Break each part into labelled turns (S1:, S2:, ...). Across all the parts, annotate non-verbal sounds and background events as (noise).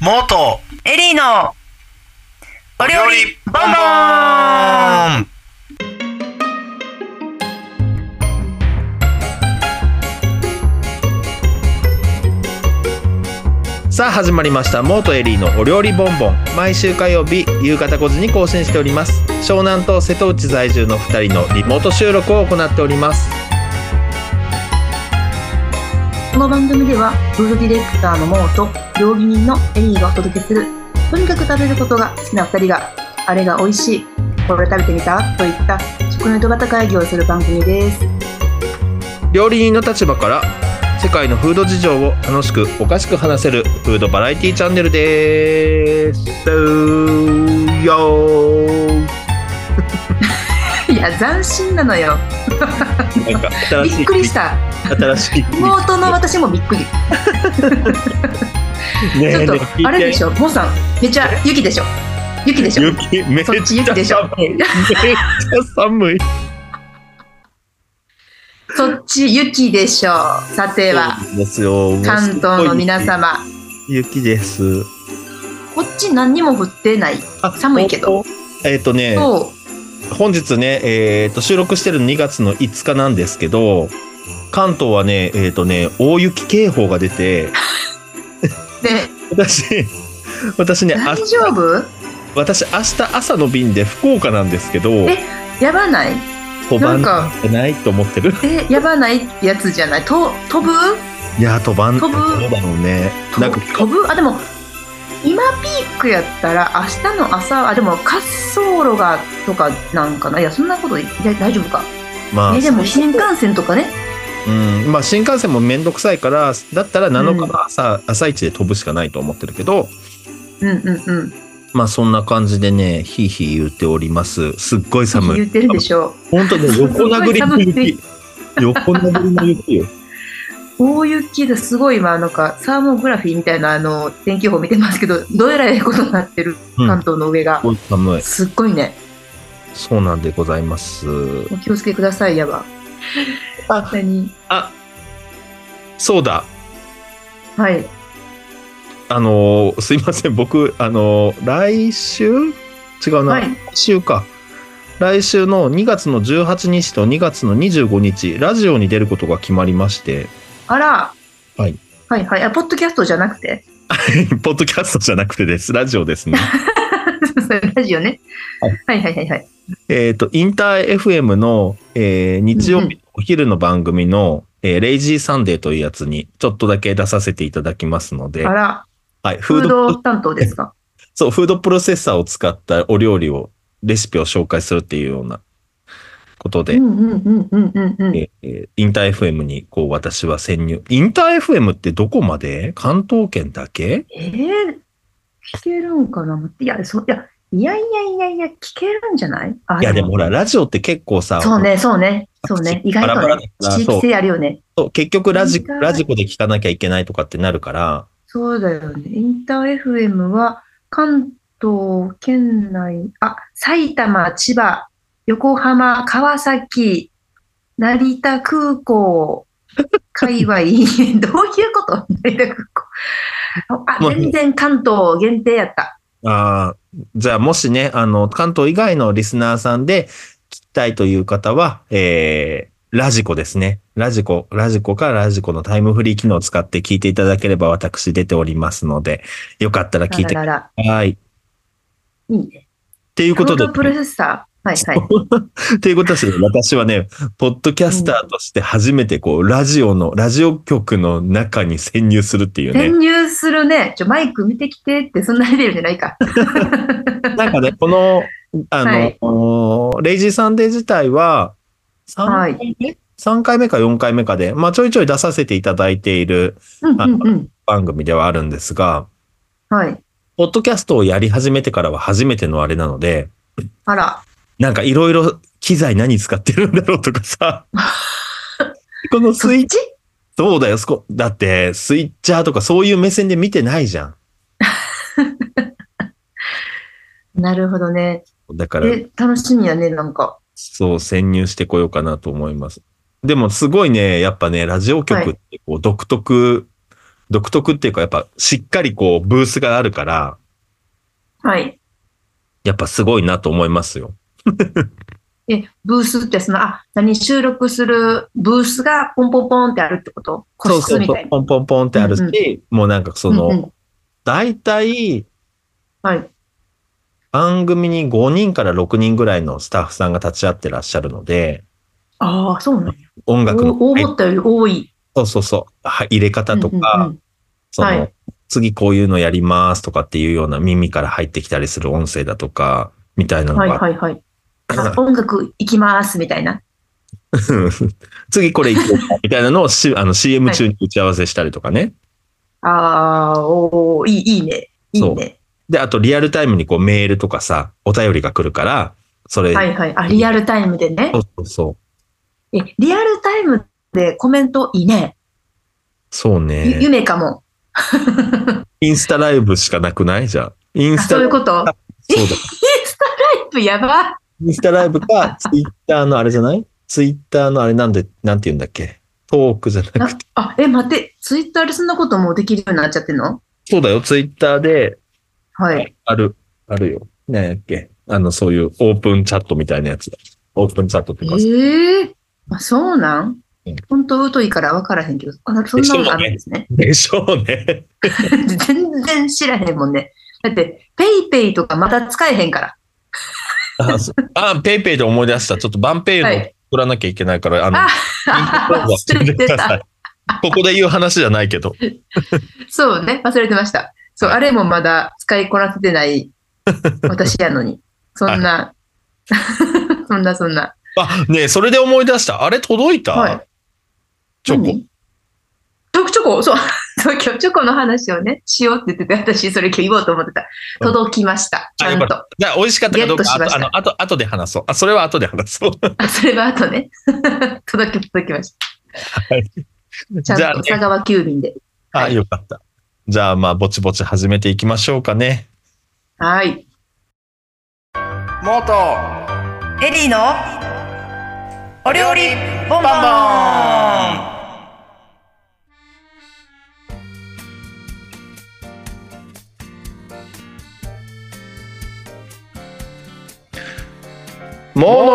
S1: 元
S2: エリーのお料理ボンボン
S1: ン
S3: さあ始まりましたモートエリーのお料理ボンボン毎週火曜日夕方5時に更新しております湘南と瀬戸内在住の2人のリモート収録を行っております
S4: この番組ではフードディレクターのモーと料理人のエリーがお届けするとにかく食べることが好きな2人があれが美味しいこれ食べてみたといった食の井戸端会議をする番組です
S3: 料理人の立場から世界のフード事情を楽しくおかしく話せるフードバラエティチャンネルですよー
S4: いや斬新なのよ
S3: なんか新
S4: び
S3: しい
S4: っくりした
S3: 新しい
S4: モートの私もびっくり
S3: ね
S4: ちょっ
S3: ね聞いて
S4: とあれでしょモーさんめちゃ雪でしょ雪でしょ
S3: 雪めっ
S4: そっち雪で
S3: ち
S4: しょ
S3: ゃ寒いめっちゃ寒い
S4: (laughs) そっち雪でしょさては
S3: そうですよもう
S4: 関東の皆
S3: すごい
S4: 様
S3: 雪です
S4: こっち何にも降ってない
S3: あ
S4: 寒いけ
S3: 本
S4: ど。
S3: 当えっ、とね、
S4: そう
S3: 本日ね、えっ、と、収録してるの2月の5日なんですけど、関東はね、えっ、とね、大雪警報が出て、
S4: で
S3: 私、私ね、あ
S4: 大丈夫
S3: 私、明日朝の便で福岡なんですけど、
S4: えやばない
S3: 飛ばん
S4: なん
S3: じゃないと思ってる。
S4: えやばないってやつじゃないと飛ぶ
S3: いや、飛ばん、
S4: 飛ぶ
S3: そうだろうね。なんか、
S4: 飛ぶあでも今ピークやったら明日の朝あでも滑走路がとかなんかないやそんなこといいや大丈夫か
S3: まあ、
S4: えでも新幹線とかね
S3: うん、まあ、新幹線もめんどくさいから、だったら7日の朝、朝一で飛ぶしかないと思ってるけど、
S4: うんうんうん
S3: まあそんな感じでね、ひいひい言っております。すっごい寒
S4: 言
S3: い。
S4: ってるでしょ
S3: 本当ね、横殴りの雪。
S4: (laughs)
S3: 横殴りの雪よ。
S4: 大雪ですごい今なんかサーモグラフィーみたいなあの天気予報見てますけどどえらいことになってる
S3: うん
S4: 関東の上が
S3: す、ごい寒い。
S4: すっごいね
S3: そうなんでございます。
S4: お気をつけくださいやば
S3: あ
S4: 何
S3: あ、そうだ。
S4: はい
S3: あのーすいません。僕、あのー来週違うな。
S4: はい
S3: 来週か。来週の2月の18日と2月の25日、ラジオに出ることが決まりまして、 (laughs)
S4: あら。
S3: はい。
S4: はいはい。あ、ポッドキャストじゃなくて。 (laughs)
S3: ポッドキャストじゃなくてです。ラジオですね。
S4: ラジオね。はいはいはいはい。
S3: えっ、と、インター FM の、えー日曜
S4: うんう
S3: 日お昼の番組の、えーレイジーサンデーというやつに、ちょっとだけ出させていただきますので、
S4: あ
S3: は
S4: ら、
S3: い、フ
S4: フ
S3: ード
S4: ード担当ですか。
S3: そう、フードプロセッサーを使ったお料理を、レシピを紹介するっていうようなこと
S4: う
S3: で、
S4: んうんうんうんうんうん。
S3: えーインター FM に、こう、私は潜入。インター FM ってどこまで関東圏だけ
S4: えー、聞けるんかないや、そいや、いやいやいやいや、聞けるんじゃないあ
S3: いや、でもほら、ラジオって結構さ、
S4: そうね、そうね、そうね。意外
S3: バラバ
S4: と
S3: ラだ
S4: ね
S3: か、ら
S4: 地域性あるよね。
S3: そう結局ラジ
S4: インター
S3: ラジコで聞かなきゃいけないとかってなるから、
S4: そうだよね。インター FM は、関東圏内、あ、埼玉、千葉、横浜、川崎、成田空港、界隈、 (laughs) どういうこと成田空港。あ、
S3: もう
S4: 全然関東限定やった。
S3: ああ、じゃあもしね、あの、関東以外のリスナーさんで聞きたいという方は、えー、ラジコですね。ラジコ、ラジコかラジコのタイムフリー機能を使って聞いていただければ私出ておりますので、よかったら聞いてく
S4: あらら
S3: ださい。っ
S4: らいいね。
S3: ていうことで、
S4: ロードプロセッサー。はいはい。
S3: っていうことですね。私はね、ポッドキャスターとして初めてこう、ラジオの、ラジオ局の中に潜入するっていうね。
S4: 潜入するね。ちょ、マイク見てきてって、そんなレベルじゃないか。
S3: なんかね、この、あの、
S4: はい
S3: レイジーサンデー自体は、3
S4: はい
S3: 回目、三回目か4回目かで、まあちょいちょい出させていただいている
S4: うんうんうん。
S3: 番組ではあるんですが、
S4: はい。
S3: ポッドキャストをやり始めてからは初めてのあれなので、
S4: あら。
S3: なんかいろいろ機材何使ってるんだろうとか
S4: (laughs)
S3: さ、この
S4: そ
S3: ス
S4: っ
S3: イッチ、
S4: ち
S3: そうだよ、そこ、だってスイッチャーとかそういう目線で見てないじゃん。
S4: なるほどね。
S3: だから、
S4: え、楽しみやね、なんか。
S3: そう、潜入してこようかなと思います。でもすごいね、やっぱね、ラジオ局ってこう独特、独特っていうか、やっぱしっかりこう、ブースがあるから、
S4: はい。
S3: やっぱすごいなと思いますよ。
S4: え、ブースってその、あ、何収録するブースがポンポンポンってあるってこと
S3: そ
S4: 個
S3: うそ
S4: 室
S3: う
S4: み
S3: そ、
S4: たいうな。
S3: ポンポンポンってあるし、
S4: うん
S3: もうなんかそ
S4: うんう
S3: の、
S4: ん
S3: 大体、
S4: はい。
S3: 番組に5人から6人ぐらいのスタッフさんが立ち会ってらっしゃるので、
S4: ああ、そうなんや。
S3: 音楽の、
S4: お思ったより多い。
S3: そうそうそう、は入れ方とか、
S4: うんうんうん
S3: その、
S4: はい
S3: 次こういうのやりますとかっていうような耳から入ってきたりする音声だとか、みたいなのが、
S4: はいはいはい。あ音楽行きますみたいな。
S3: (laughs) 次これ行こうかみたいなのをし (laughs) あの CM 中に打ち合わせしたりとかね。
S4: ああ、おーいい、いいね。いいね。
S3: で、あとリアルタイムにこうメールとかさ、お便りが来るから、それ、
S4: はいはい。あ、リアルタイムでね
S3: そ。うそうそう。
S4: え、リアルタイムでコメントいいね。
S3: そう
S4: ゆ
S3: ね。
S4: 夢かも。
S3: インスタライブしかなくないじゃん。イン
S4: あ
S3: スタ
S4: そういうこと。
S3: そうだ。
S4: タイプやば。
S3: インスタライブ
S4: (laughs)
S3: か、ツイッターのあれじゃないツイッターのあれなんで、なんて言うんだっけトークじゃなく
S4: なあ、え、待って。ツイッターでそんなこともできるようになっちゃってんの
S3: そうだよ、ツイッターで、
S4: はい。
S3: ある、あるよ。なんやっけあの、そういうオープンチャットみたいなやつだ。オープンチャットって
S4: え
S3: いうか、
S4: えあ、そうなん
S3: うん
S4: 本当疎いから分からへんけど、あそんなのあるんですね。
S3: でしょう
S4: (laughs)
S3: ね。
S4: 全然知らへんもんね。だって、ペイペイとかまだ使えへんから。
S3: あ、そうあペイペイで思い出した。ちょっとバンペイの
S4: はい
S3: 送らなきゃいけないから、あの、
S4: あ
S3: リンクどうぞ
S4: (laughs) 忘れてた。。
S3: ここで言う話じゃないけ
S4: (laughs)
S3: ど。
S4: そうね、忘れてました。そう、あれもまだ使いこなせてない
S3: (laughs)
S4: 私やのに。そんな、 (laughs) そんなそんな。
S3: あ、ねえそれで思い出した。あれ届いた、
S4: はい
S3: チョコ。
S4: 何チョコ、チョコ、そう、そう今日チョコの話をね、しようって言ってて、私それ今日言おうと思ってた。
S3: うん
S4: 届きました。ち
S3: あ
S4: ゃ
S3: よ
S4: ん
S3: かっ
S4: と
S3: た。じゃあ、美味しかったかどうか、
S4: ゲットしました
S3: あと、あの、あと、あとで話そう。あ、それは後で話
S4: (laughs)
S3: そう。
S4: あそれは後ね。 (laughs) 届き、届きました。
S3: はい
S4: ちゃん
S3: じゃあ
S4: と
S3: ね
S4: 佐川急便で。
S3: あ、よかった。じゃあ、まあ、ぼちぼち始めていきましょうかね。
S4: はい。 (laughs)
S2: モートエリーのお料理ボンボン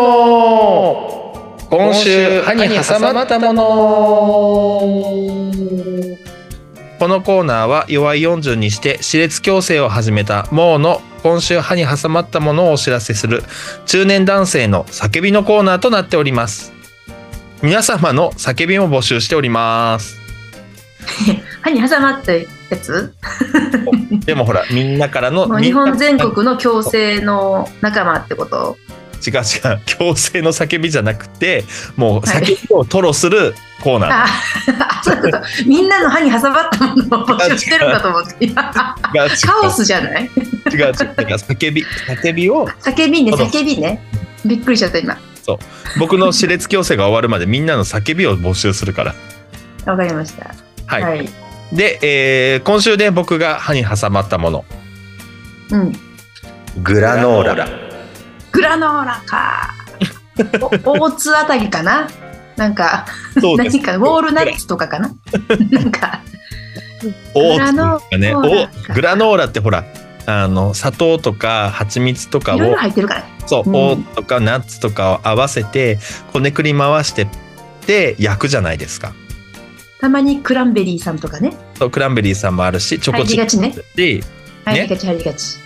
S3: もの今週歯に挟まったものこのコーナーは弱い40にして歯列矯正を始めたもうの今週歯に挟まったものをお知らせする中年男性の叫びのコーナーとなっております皆様の叫びも募集しております
S4: 歯に挟まったやつ
S3: でもほらみんなからの
S4: もう日本全
S3: みんな
S4: 国の共生の仲間ってこと (laughs)
S3: 違う違う矯正の叫びじゃなくてもう叫びを吐露するコーナー
S4: あそういうことみんなの歯に挟まったものを募集してるんだと思って今カ
S3: が違う
S4: オスじゃない
S3: 違う違う違う叫び叫びを
S4: 叫びね
S3: そう
S4: 叫びねびっくりしちゃった今
S3: 僕の歯列矯正が終わるまでみんなの叫びを募集するから
S4: わかりました
S3: はい、
S4: はい、
S3: で、えー今週で僕が歯に挟まったもの
S4: うん
S3: グ
S2: ラノーラ
S4: グラノーラ
S3: (laughs)
S4: かお大津あたりかななんか
S3: そうです
S4: 何かウォールナッツとか
S3: (laughs)
S4: かななんか
S3: オーツとかね
S4: グラノーラか
S3: おグラノーラってほらあの砂糖とか蜂蜜とか
S4: いろい
S3: を
S4: ろ入ってるから
S3: そう、
S4: うん
S3: オーツとかナッツとかを合わせてこねくり回してで焼くじゃないですか
S4: たまにクランベリーさんとかね
S3: そうクランベリーさんもあるしチョコ
S4: 入り
S3: チッ
S4: が
S3: プ
S4: ちね
S3: で
S4: 入りがち入りがち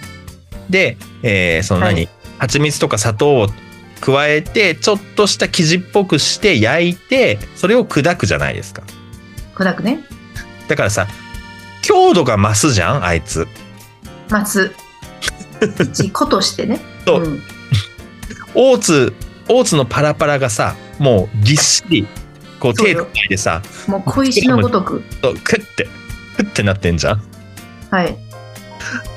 S3: で、えーその何、
S4: はい
S3: 蜂蜜とか砂糖を加えてちょっとした生地っぽくして焼いてそれを砕くじゃないですか
S4: 小田くね
S3: だからさ強度が増すじゃんあいつ
S4: 待つ一個としてね
S3: (laughs) そうん大津大津のパラパラがさもうぎっしりこう
S4: そう
S3: 手
S4: よ
S3: つないでさ
S4: もう小石のごとく
S3: そうクッてクッてなってんじゃん
S4: はい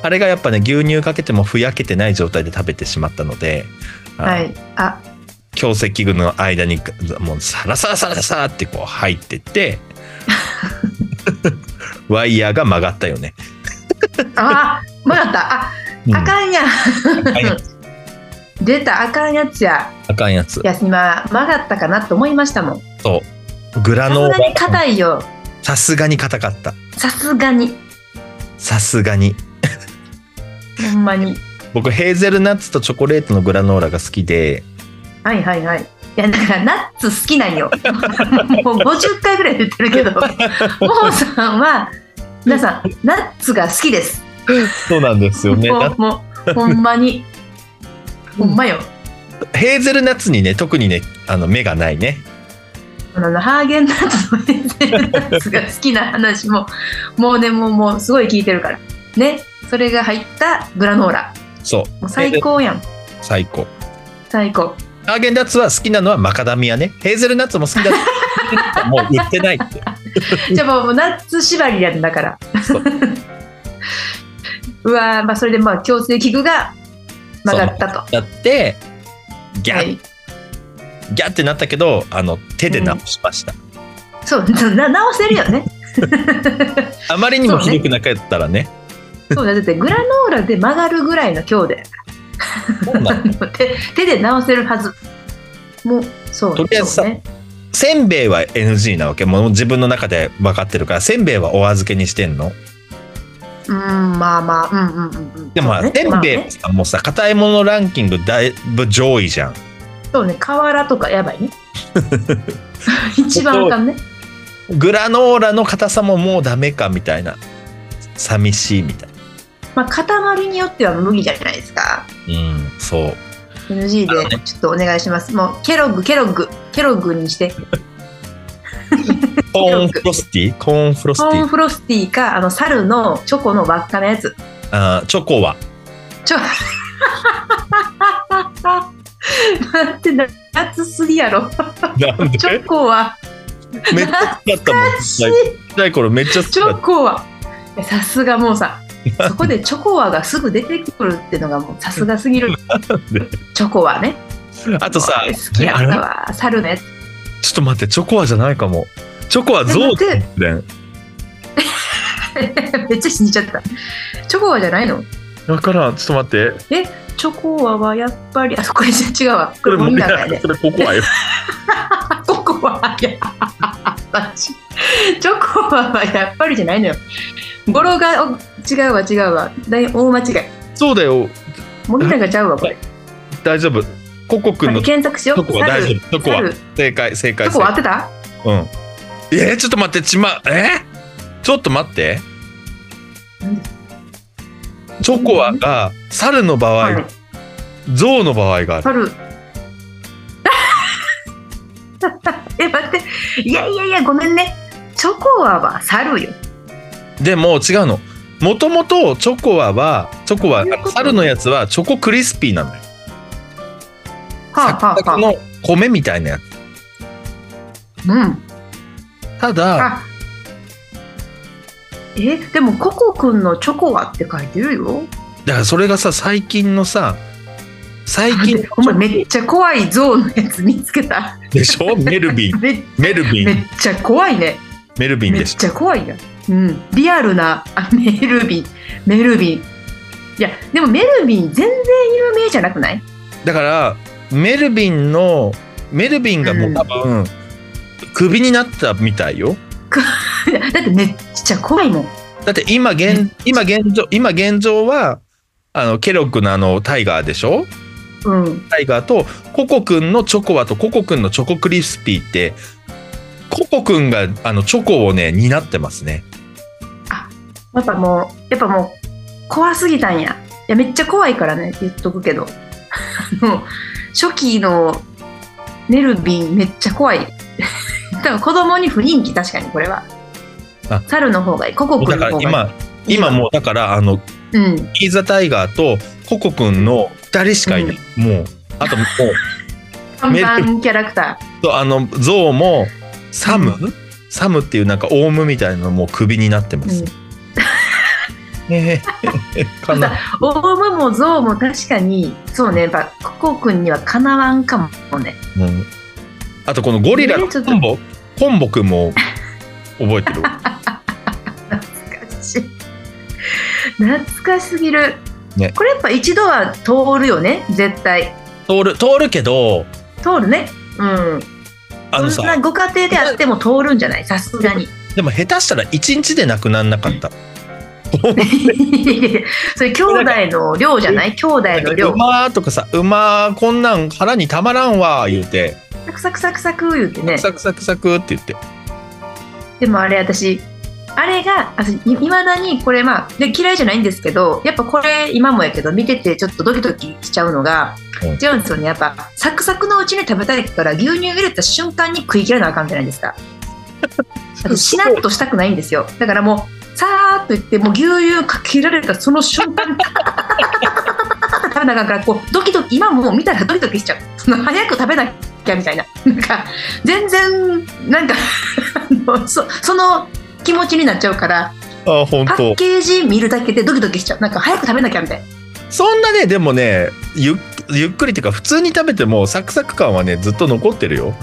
S3: あれがやっぱね牛乳かけてもふやけてない状態で食べてしまったので、あの
S4: はいあ
S3: 強石具の間にもうサラサラサラサラってこう入って (laughs) ってワイヤーが曲がったよね。
S4: あ曲がったあ
S3: うん
S4: あかんやん
S3: あかんやつ
S4: 出たあかんやつや
S3: あかんやつ
S4: い。や今曲がったかなと思いましたもん
S3: そう。グラ
S4: さ
S3: ノー
S4: すがに
S3: ラ。
S4: 硬いよ
S3: さすがに硬かった。
S4: さすがに、
S3: さすがに。
S4: ほんまに。
S3: 僕、ヘーゼルナッツとチョコレートのグラノーラが好きで、
S4: はいはいはい。いや、だからナッツ好きなんよ。 (laughs) もう50回ぐらい言ってるけ
S3: (laughs)
S4: ど、ももさんは、皆さん、ナッツが好きです。
S3: そうなんですよね。
S4: も
S3: な
S4: う、もう、ほんまに。ほんまよ。
S3: ヘーゼルナッツにね、特にね、あの、目がないね。
S4: あのハーゲンダッツのヘーゼルナッツが好きな話も、もうね、もう、もう、すごい聞いてるから。ね。それが入ったグラノーラ。
S3: そう。
S4: もう最
S3: ヘーゼ
S4: 高やん。
S3: ル。最高。
S4: 最高。
S3: ハーゲンダッツは好きなのはマカダミアね。ヘーゼルナッツも好きだけどもう売ってないって。
S4: じゃあもうナッツ縛りやんだから。
S3: そう
S4: (laughs) うわーまあそれでまあ矯正器具が曲がったと。
S3: だって、ギャッ、
S4: はい、
S3: ギャッってなったけど、あの、手で直しました。
S4: そうな直せるよね。
S3: あまりにもひどくなかったらね。
S4: そうだだってグラノーラで曲がるぐらいの強で
S3: そうなの
S4: 手 (laughs) 手で直せるはず。もうそう
S3: とりあえずさ
S4: そうね、
S3: せんべいは NG なわけ。もう自分の中で分かってるから、せんべいはお預けにしてんの。
S4: うーんまあまあうんうんうんうん。
S3: でも
S4: そ
S3: まあ、
S4: うね
S3: せんべい
S4: ま
S3: は
S4: あね
S3: さ、もうさ、硬いものランキングだいぶ上位じゃん。
S4: そうね瓦とかやばい
S3: (laughs)
S4: ね。一番あかんね。
S3: グラノーラの硬さももうダメかみたいな。寂しいみたいな。
S4: まあ塊によっては麦じゃないですか。
S3: うん、そう。
S4: NG
S3: あの
S4: で
S3: ね
S4: ちょっとお願いします。もうケロッグケロッグケロッグにして
S3: コーンフロスティコーンフロス
S4: コ
S3: テ
S4: ーン
S3: ィ
S4: フロスティーかあの猿のチョコの輪っかのやつ。
S3: あーチョコ
S4: (laughs)
S3: は。
S4: ちょ (laughs) 待ってな夏すぎやろ。
S3: なんで
S4: チョコは
S3: めっちゃ好きだったもん。ちっちゃい頃めっちゃ好き
S4: チ
S3: だ
S4: ョ
S3: っ
S4: コはさすがもうさそこでチョコはがすぐ出てくるってのがもうさすがすぎる
S3: で。
S4: チョコはね
S3: た。あとさ、
S4: 好き
S3: ね
S4: やっ
S3: あれ
S4: たわ猿のやつ。
S3: ちょっと待って、チョコはじゃないかも。チョコはゾウだもんね。
S4: (laughs) めっちゃ死んじゃった。チョコはじゃないの
S3: だからん、ちょっと待って。
S4: チョコアはやっぱり、あ、これ違うわ。これゴミだからね。
S3: それココアよ。
S4: あココアや。私チョコアはやっぱりじゃないのよ。語呂がお違うわ違うわ。大大間違い。
S3: そうだよ。
S4: 森永ちゃうわこれ。
S3: 大丈夫。ココくん
S4: あ
S3: の
S4: れ
S3: チ
S4: 検索しよう。
S3: ョコは大丈夫。チョコは
S4: 猿。
S3: 正解、正
S4: チ
S3: 解。
S4: ョコ
S3: 正
S4: は当
S3: 解
S4: てた？
S3: うん。えー、ちょっと待って、ちま、えーちょっと待って
S4: 何。
S3: チョコアが猿の場合、
S4: い。
S3: ゾウの場合がある。
S4: 猿。 (laughs) え待って。いやいやいやごめんね。チョコアは猿よ。
S3: でも違うの。もともとチョコアは、チョコア、あ
S4: どういうこ
S3: の
S4: と
S3: 猿のやつはチョコクリスピーなのよ。
S4: はあは
S3: サクサ
S4: あ
S3: ク
S4: は
S3: の米みたいなやつ。
S4: あ。うん。
S3: ただ、
S4: あ。えでもココくんのチョコアって書いてるよ。
S3: だからそれがさ、最近のさ、最近
S4: お前めっちゃ怖いゾウのやつ見つけた。
S3: でしょメルビン。
S4: め
S3: メルビ
S4: めっ
S3: ン。
S4: ちゃ怖いね。
S3: メルビン
S4: め
S3: で
S4: っ
S3: しょ
S4: ちゃ怖いやん。うん、リアルなあメルビン、メルビン。いや、でもメルビン全然有名じゃなくない (laughs)
S3: だから、メルビンの、メルビンがもう多分、クビになったみたいよ。
S4: いやだってめっちゃ怖いもん。
S3: だって今現、今現状、今現状は、あの、ケロッグのあの、タイガーでしょ
S4: うん。
S3: タイガーとココくんのチョコアとココくんのチョコクリスピーってココくんがあのチョコをね担ってますね
S4: やっぱもう、やっぱもう、怖すぎたんや。いや、めっちゃ怖いからね、言っとくけど。 (laughs) あの、初期のメルビンめっちゃ怖い。 (laughs) 多分子供に不人気、確かにこれは
S3: あ。
S4: 猿の方がいい。コ
S3: だ
S4: コ君
S3: か
S4: の
S3: ら
S4: 方が
S3: 今今もうだからあの
S4: いい。うん。
S3: イーザタイガーとココくんの2人しかいない、もうあと
S4: (laughs)
S3: もう
S4: 看板キャラクタ
S3: とあのゾウもサム、サムっていうなんかオウムみたいなのもうクビになってま
S4: ー。うん
S3: す、ねえかな
S4: (laughs) オウムもゾウも確かにそうねやっぱココ君にはかなわんかもね
S3: うんあとこのゴリラの
S4: ねちょっと
S3: コンボ、コンボくんも覚え
S4: (laughs)
S3: てる
S4: 懐かしい懐かしすぎる、
S3: ね
S4: これやっぱ一度は通るよね絶対
S3: 通る通るけど
S4: 通るねうん
S3: あのさ
S4: そんなご家庭であっても通るんじゃないさすがに
S3: でも下手したら一日でなくなんなかった。
S4: (laughs) それ兄弟の量じゃない兄弟の量
S3: う。まーとかさ、うまーこんなん腹にたまらんわー言うて、
S4: サクサクサクサク言ってね。
S3: サクサクサクって言って。
S4: でもあれ私、あれが、いまだにこれまあ、で嫌いじゃないんですけど、やっぱこれ今もやけど見ててちょっとドキドキしちゃうのが、
S3: うん
S4: 違うんですよね。やっぱサクサクのうちに食べたいから牛乳入れた瞬間に食い切らなあかんじゃな
S3: (laughs)
S4: いですか。私しなっとしたくないんですよ。だからもう、さーっと言って、もう牛乳かけられたその瞬間に、食べなあかんから、こう、ドキドキ、今もう見たらドキドキしちゃう。その早く食べなきゃみたいな。なんか、全然、なんかあの (laughs) そ、その気持ちになっちゃうから、
S3: あー、ほん
S4: パッ
S3: と。
S4: ケージ見るだけでドキドキしちゃう。なんか、早く食べなきゃみたいな。
S3: そんなね、でもね、ゆっゆっくりっていうか、普通に食べてもサクサク感はね、ずっと残ってるよ。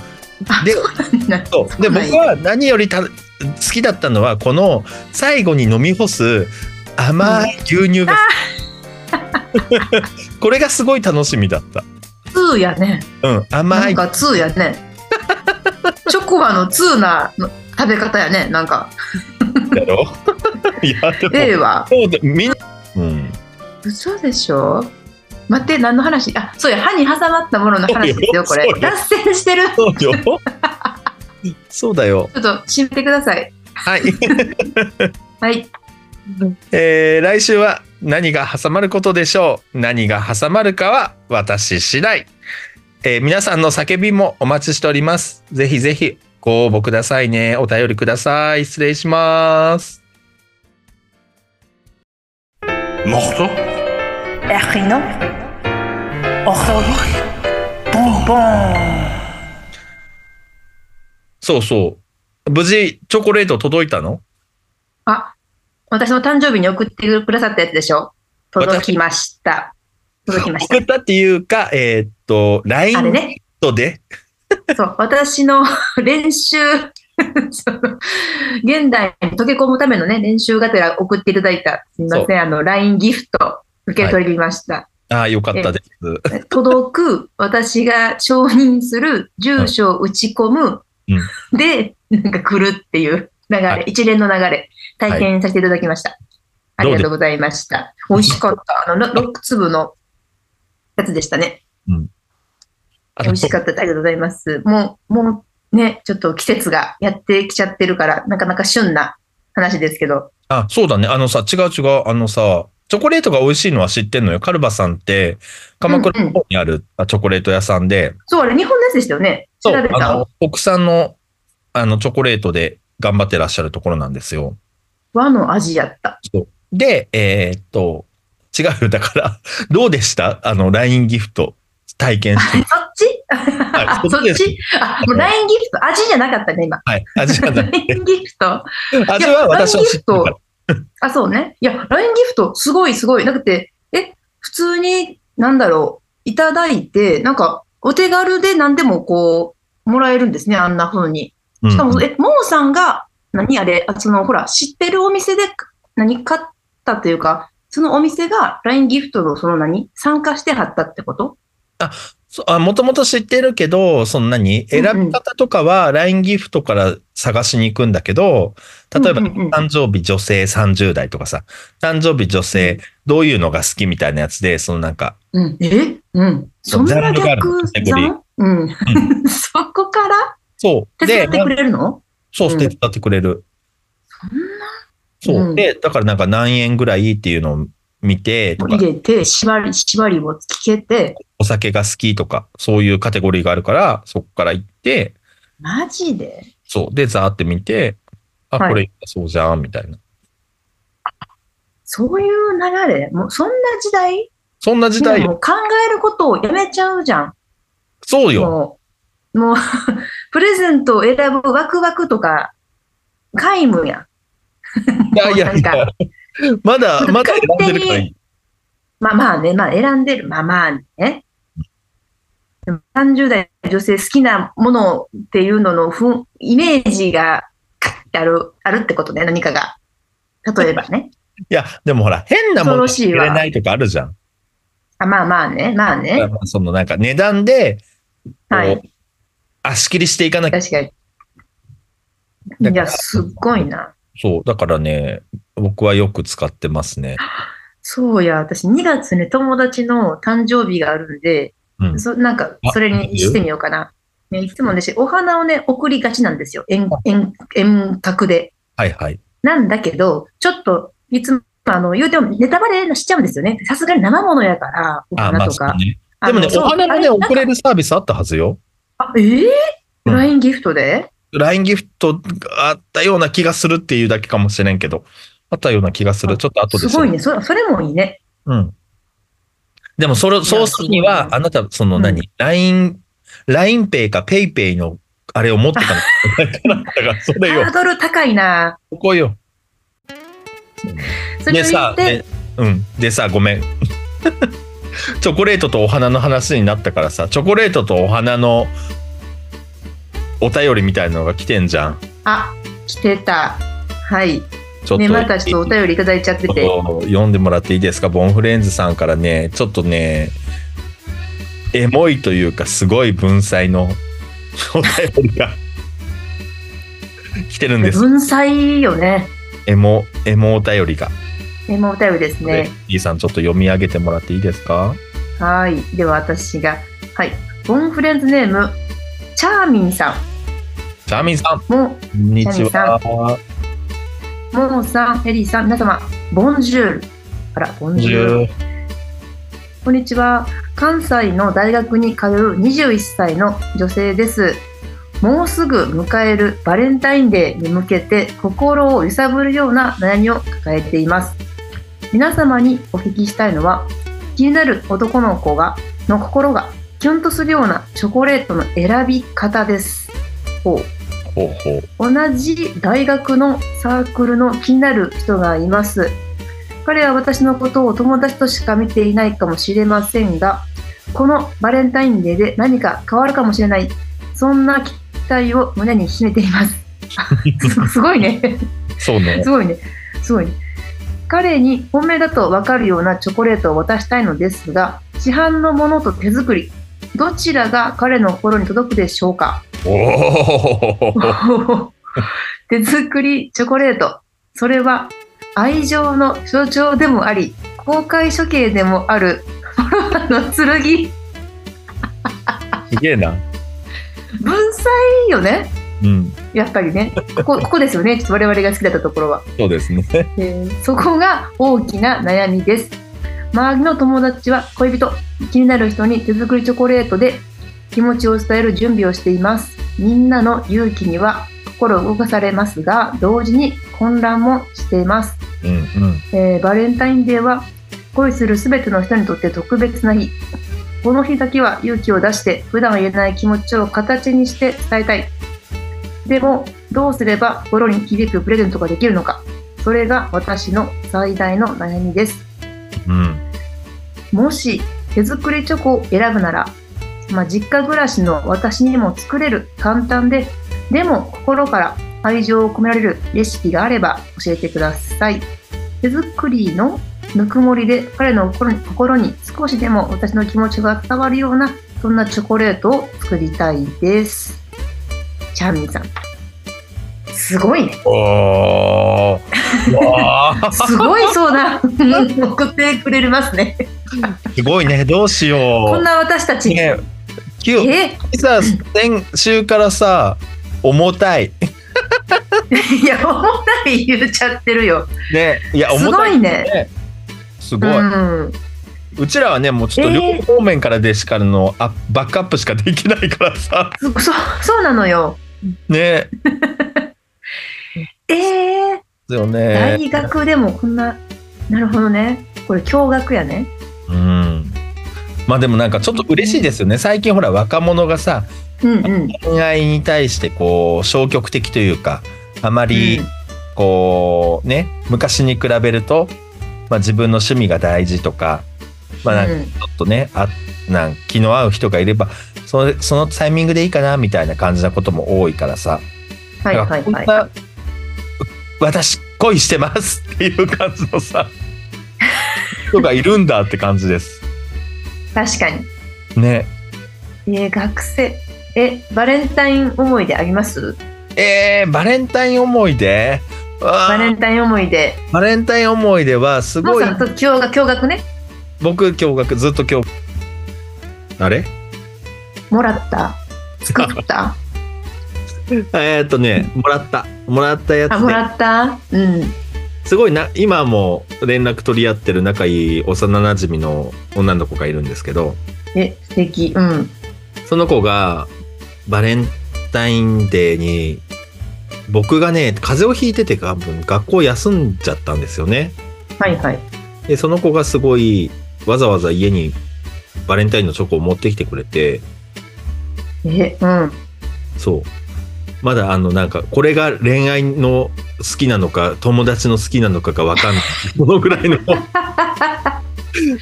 S4: あ
S3: で
S4: そうなん (laughs) だ
S3: そうで
S4: そうな
S3: 僕
S4: んや
S3: は何よりた好きだったのはこの最後に飲み干す甘い牛乳が、 (laughs) これがすごい楽しみだった、
S4: 通やね。
S3: うん、
S4: な
S3: 甘
S4: ん
S3: い
S4: か通やね。
S3: (laughs)
S4: チョコバの通なの食べ方やね。なんか、
S3: だろ (laughs) いやでも、
S4: ええわ。
S3: そうだみんな、
S4: (laughs)
S3: うん、
S4: 嘘でしょ待って何の話あそうや歯に挟まったものの話ですよこ
S3: そうよそう
S4: れ
S3: よ
S4: 脱線してる
S3: そうよそうだよ
S4: ちょっと締めてください
S3: はい、
S4: はい
S3: えー来週は何が挟まることでしょう何が挟まるかは私次第、えー皆さんの叫びもお待ちしておりますぜひぜひご応募くださいねお便りください失礼します
S2: Morceau Erino Aujourd'hui Bonbon
S3: そうそう無事チョコレート届いたの
S4: あ私の誕生日に送ってくださったやつでしょ届きました届きまし
S3: 送ったっていうかえーっと
S4: たあれ
S3: LINE
S4: ね
S3: で、
S4: そう私の (laughs) 練習その現代に溶け込むためのね練習がてら送っていただいたすみま
S3: そ
S4: せんあの LINE ギフト受け取りました、
S3: ああよかったです
S4: 届く、私が承認する、住所を打ち込む、
S3: い
S4: で、なんか来るっていう流れ、
S3: はい
S4: 一連の流れ、体験させていただきました。あ
S3: どう
S4: り
S3: で
S4: がとうございました。美味しかった。あの、ろ6粒のやつでしたね。
S3: (laughs) あ
S4: 美味しかったです。ありがとうございます。もう、もうね、ちょっと季節がやってきちゃってるから、なかなか旬な話ですけど、
S3: あ、そうだね。あのさ、違う違う。あのさ、チョコレートが美味しいのは知ってんのよ。カルバさんって、鎌倉の方にある、あチョコレート屋さんで、
S4: そう、あれ、日本のやつでしたよね。調
S3: そう、
S4: べ
S3: あ
S4: た
S3: の、国産の、あの、チョコレートで頑張ってらっしゃるところなんですよ。
S4: 和の味やった。
S3: で、えーっと、違うよ。だから、 (laughs) どうでしたあの、LINE ギフト、体験
S4: (laughs)
S3: して。
S4: そっちあ
S3: はい
S4: そ
S3: そ
S4: っ
S3: うです
S4: ちあ、もう LINE ギフト、味じゃなかったね、今。
S3: はい。味はない。
S4: LINE ギフト。
S3: 味は私は知ってるから。
S4: あ、そうね。いや、LINE ギフト、すごいすごい。なくて、え、普通に、なんだろう、いただいて、なんか、お手軽で何でもこう、もらえるんですね、あんな風に。
S3: うん
S4: しかも、え、もーさんが、何あれ、あその、ほら、知ってるお店で、何買ったというか、そのお店が LINE ギフトのその何参加してはったってこと
S3: そうあ、もともと知ってるけど、そんなに
S4: うんう
S3: 選
S4: ん
S3: び方とかは LINE ギフトから探しに行くんだけど、例えば
S4: うんうんうん
S3: 誕生日女性30代とかさ、誕生日女性どういうのが好きみたいなやつで、そのなんか、
S4: うん、えうん。そん
S3: ジャ
S4: な
S3: ンルがあるの
S4: 逆
S3: カテ
S4: じ
S3: ゴ
S4: ゃ
S3: リー
S4: んうん。 (laughs) そこから
S3: そう。
S4: 手伝
S3: で
S4: っ、てくれるの
S3: そう、
S4: うん
S3: 手伝ってくれる。
S4: そんな
S3: そうう。
S4: ん
S3: で、だからなんか何円ぐらいっていうのを見て、とか
S4: 入、れて、縛り、縛りをつけて、
S3: お酒が好きとか、そういうカテゴリーがあるから、そこから行って、
S4: マジで
S3: そう。で、ザーって見て、あ、
S4: はい
S3: これ、そうじゃん、みたいな。
S4: そういう流れもうそんな時代
S3: そんな時代
S4: みんな
S3: よ。
S4: もう考えることをやめちゃうじゃん。
S3: そうよ。
S4: もう、もう (laughs) プレゼントを選ぶワクワクとか、皆無や
S3: い
S4: ん。
S3: やいやいや、 (laughs) まだ、まだ選んでるからいい。
S4: まあまあね、まあ選んでる。まあまあね。でも30代女性好きなものっていうののふんイメージがカッてある、あるってことね、何かが。例えばね。
S3: いや、でもほら、変なもの入れないとかあるじゃん。
S4: あまあまあね、まあね。
S3: まあそのなんか値段で、
S4: は
S3: こ
S4: い。
S3: う足切りしていかなきゃ。
S4: 確かに。
S3: だ
S4: い
S3: か
S4: や、
S3: ら
S4: すっごいな。
S3: そう、だからね、僕はよく使ってますね。
S4: そうや、私2月ね、友達の誕生日があるんで、
S3: うん。
S4: そなんか
S3: あ
S4: それにしてみようかな。ね、いつも私、お花をね、送りがちなんですよ。遠遠遠隔で。
S3: はいはい。
S4: なんだけど、ちょっと、いつも、あの、言うても、ネタバレしちゃうんですよね。さすがに生ものやから、お
S3: あ、ま
S4: 花
S3: あ、
S4: と
S3: そ
S4: か。
S3: うね。
S4: あ
S3: でもね、
S4: の
S3: お花もね、
S4: そうあれ
S3: 送れるサービスあったはずよ。
S4: あええ
S3: うん
S4: ?LINE ギフトで
S3: LINE ギフトがあったような気がするっていうだけかもしれんけど、あったような気がする。
S4: あ
S3: ちょっと後ですす
S4: ごいね。そそれもいいね。
S3: うん。でも、それ、そうするに
S4: すごいね
S3: は、あなた、その何、
S4: う
S3: ?LINE、LINE ペイか PayPay の、あれを持ってかなきゃいけ
S4: (laughs)
S3: ないから、それよ
S4: ハー、ドル高いな。
S3: ここよ。
S4: そ
S3: で
S4: れを言
S3: さ
S4: っ、て、
S3: ね、うん。でさ、ごめん。 (laughs) チョコレートとお花の話になったからさ、チョコレートとお花のお便りみたいなのが来てんじゃん。
S4: あ、来てた。はい。
S3: ちょっと。
S4: ね、またちょっとお便りいただいちゃってて。
S3: 読んでもらっていいですかボンフレンズさんからねちょっとねエモいというかすごい文才の (laughs) お便りが (laughs) 来てるんです
S4: 文才よね。
S3: エモエモお便りが、
S4: エモお便りですね。
S3: E さんちょっと読み上げてもらっていいですか
S4: はい。では私が。はい。ボンフレンズネーム、チャーミンさ
S3: チャーミンさん
S4: ん。も、
S3: こんにち
S4: チャ
S3: は
S4: ももさん、エリーさん、皆様、ボンジュール。あら、ボンジュール。
S3: 10
S4: こんにちは。関西の大学に通う21歳の女性です。もうすぐ迎えるバレンタインデーに向けて心を揺さぶるような悩みを抱えています。皆様にお聞きしたいのは、気になる男の子が、の心がキュンとするようなチョコレートの選び方です。ほう
S3: ほうほう
S4: 同じ大学のサークルの気になる人がいます彼は私のことを友達としか見ていないかもしれませんがこのバレンタインデーで何か変わるかもしれないそんな期待を胸に秘めていますすすごいね
S3: そうね
S4: すごいね。すごいね。彼に本命だと分かるようなチョコレートを渡したいのですが、市販のものと手作り、どちらが彼の心に届くでしょうか
S3: おお
S4: (laughs) 手作りチョコレート。それは愛情の象徴でもあり、公開処刑でもある、 (laughs) モロハの剣。
S3: すげえな
S4: 文才よね。
S3: うん
S4: やっぱりね。ここ、ここですよね。ちょっと我々が好きだったところは。
S3: そうですね
S4: えーそこが大きな悩みです周りの友達は恋人気になる人に手作りチョコレートで気持ちを伝える準備をしていますみんなの勇気には心を動かされますが同時に混乱もしています、
S3: うんうん
S4: えーバレンタインデーは恋する全ての人にとって特別な日この日だけは勇気を出して普段言えない気持ちを形にして伝えたいでもどうすれば心に響くプレゼントができるのかそれが私の最大の悩みです
S3: うん
S4: もし手作りチョコを選ぶなら、まあ、実家暮らしの私にも作れる簡単ででも心から愛情を込められるレシピがあれば教えてください手作りのぬくもりで彼の心に心に少しでも私の気持ちが伝わるようなそんなチョコレートを作りたいですチャーミンさんすごいね
S3: おおわあ
S4: すごいそうだ。 (laughs) 送ってくれますね。
S3: すごいねどうしよう
S4: こんな私たちに。
S3: ねきゅ
S4: え
S3: さ先週からさ重たい
S4: いや、重たい言っちゃってるよ。
S3: ねいや
S4: す
S3: 重
S4: ご
S3: たい
S4: いね。
S3: す
S4: う。
S3: ごい、うんちらはねもうちょっと
S4: え
S3: 両
S4: ー
S3: 方面からでしかのあバックアップしかできないからさ
S4: (laughs) そ、そうなのよ。
S3: ね
S4: ええ
S3: ですよね
S4: 大学でもこんな、なるほどね。これ驚愕やね。
S3: うんまあでもなんかちょっと嬉しいですよね最近ほら若者がさ
S4: うんうん。
S3: 恋愛に対してこう消極的というかあまりこうね昔に比べると、まあ、自分の趣味が大事とかまあなんか
S4: うん
S3: ちょっとねあなん気の合う人がいればそのそのタイミングでいいかなみたいな感じなことも多いからさ、
S4: は
S3: だ
S4: いはい
S3: か
S4: は
S3: ら
S4: い。
S3: こんな私恋してますっていう感じのさ人がいるんだって感じです。
S4: 確かに。
S3: ね
S4: えー学生。え、バレンタイン思いであります
S3: えー、バレンタイン思い出わ
S4: バ
S3: あ
S4: レンタイン思い出。
S3: バレンタイン思い出はす
S4: ま
S3: ごい
S4: さんと驚愕、驚愕ね。
S3: 僕驚愕ずっと驚愕あれ
S4: もらった。作
S3: (laughs)
S4: った。
S3: えーっとねもらったもらったや
S4: あ、
S3: つ
S4: も
S3: で
S4: らった。うん。
S3: すごいな今も連絡取り合ってる仲いい幼なじみの女の子がいるんですけど
S4: え、素敵。うん。
S3: その子がバレンタインデーに僕がね風邪をひいてて多分学校休んじゃったんですよね
S4: はいはい。
S3: でその子がすごいわざわざ家にバレンタインのチョコを持ってきてくれて
S4: え、うん。
S3: そうまだあのなんかこれが恋愛の好きなのか友達の好きなのかが分か
S4: (laughs)
S3: んないそのぐらいの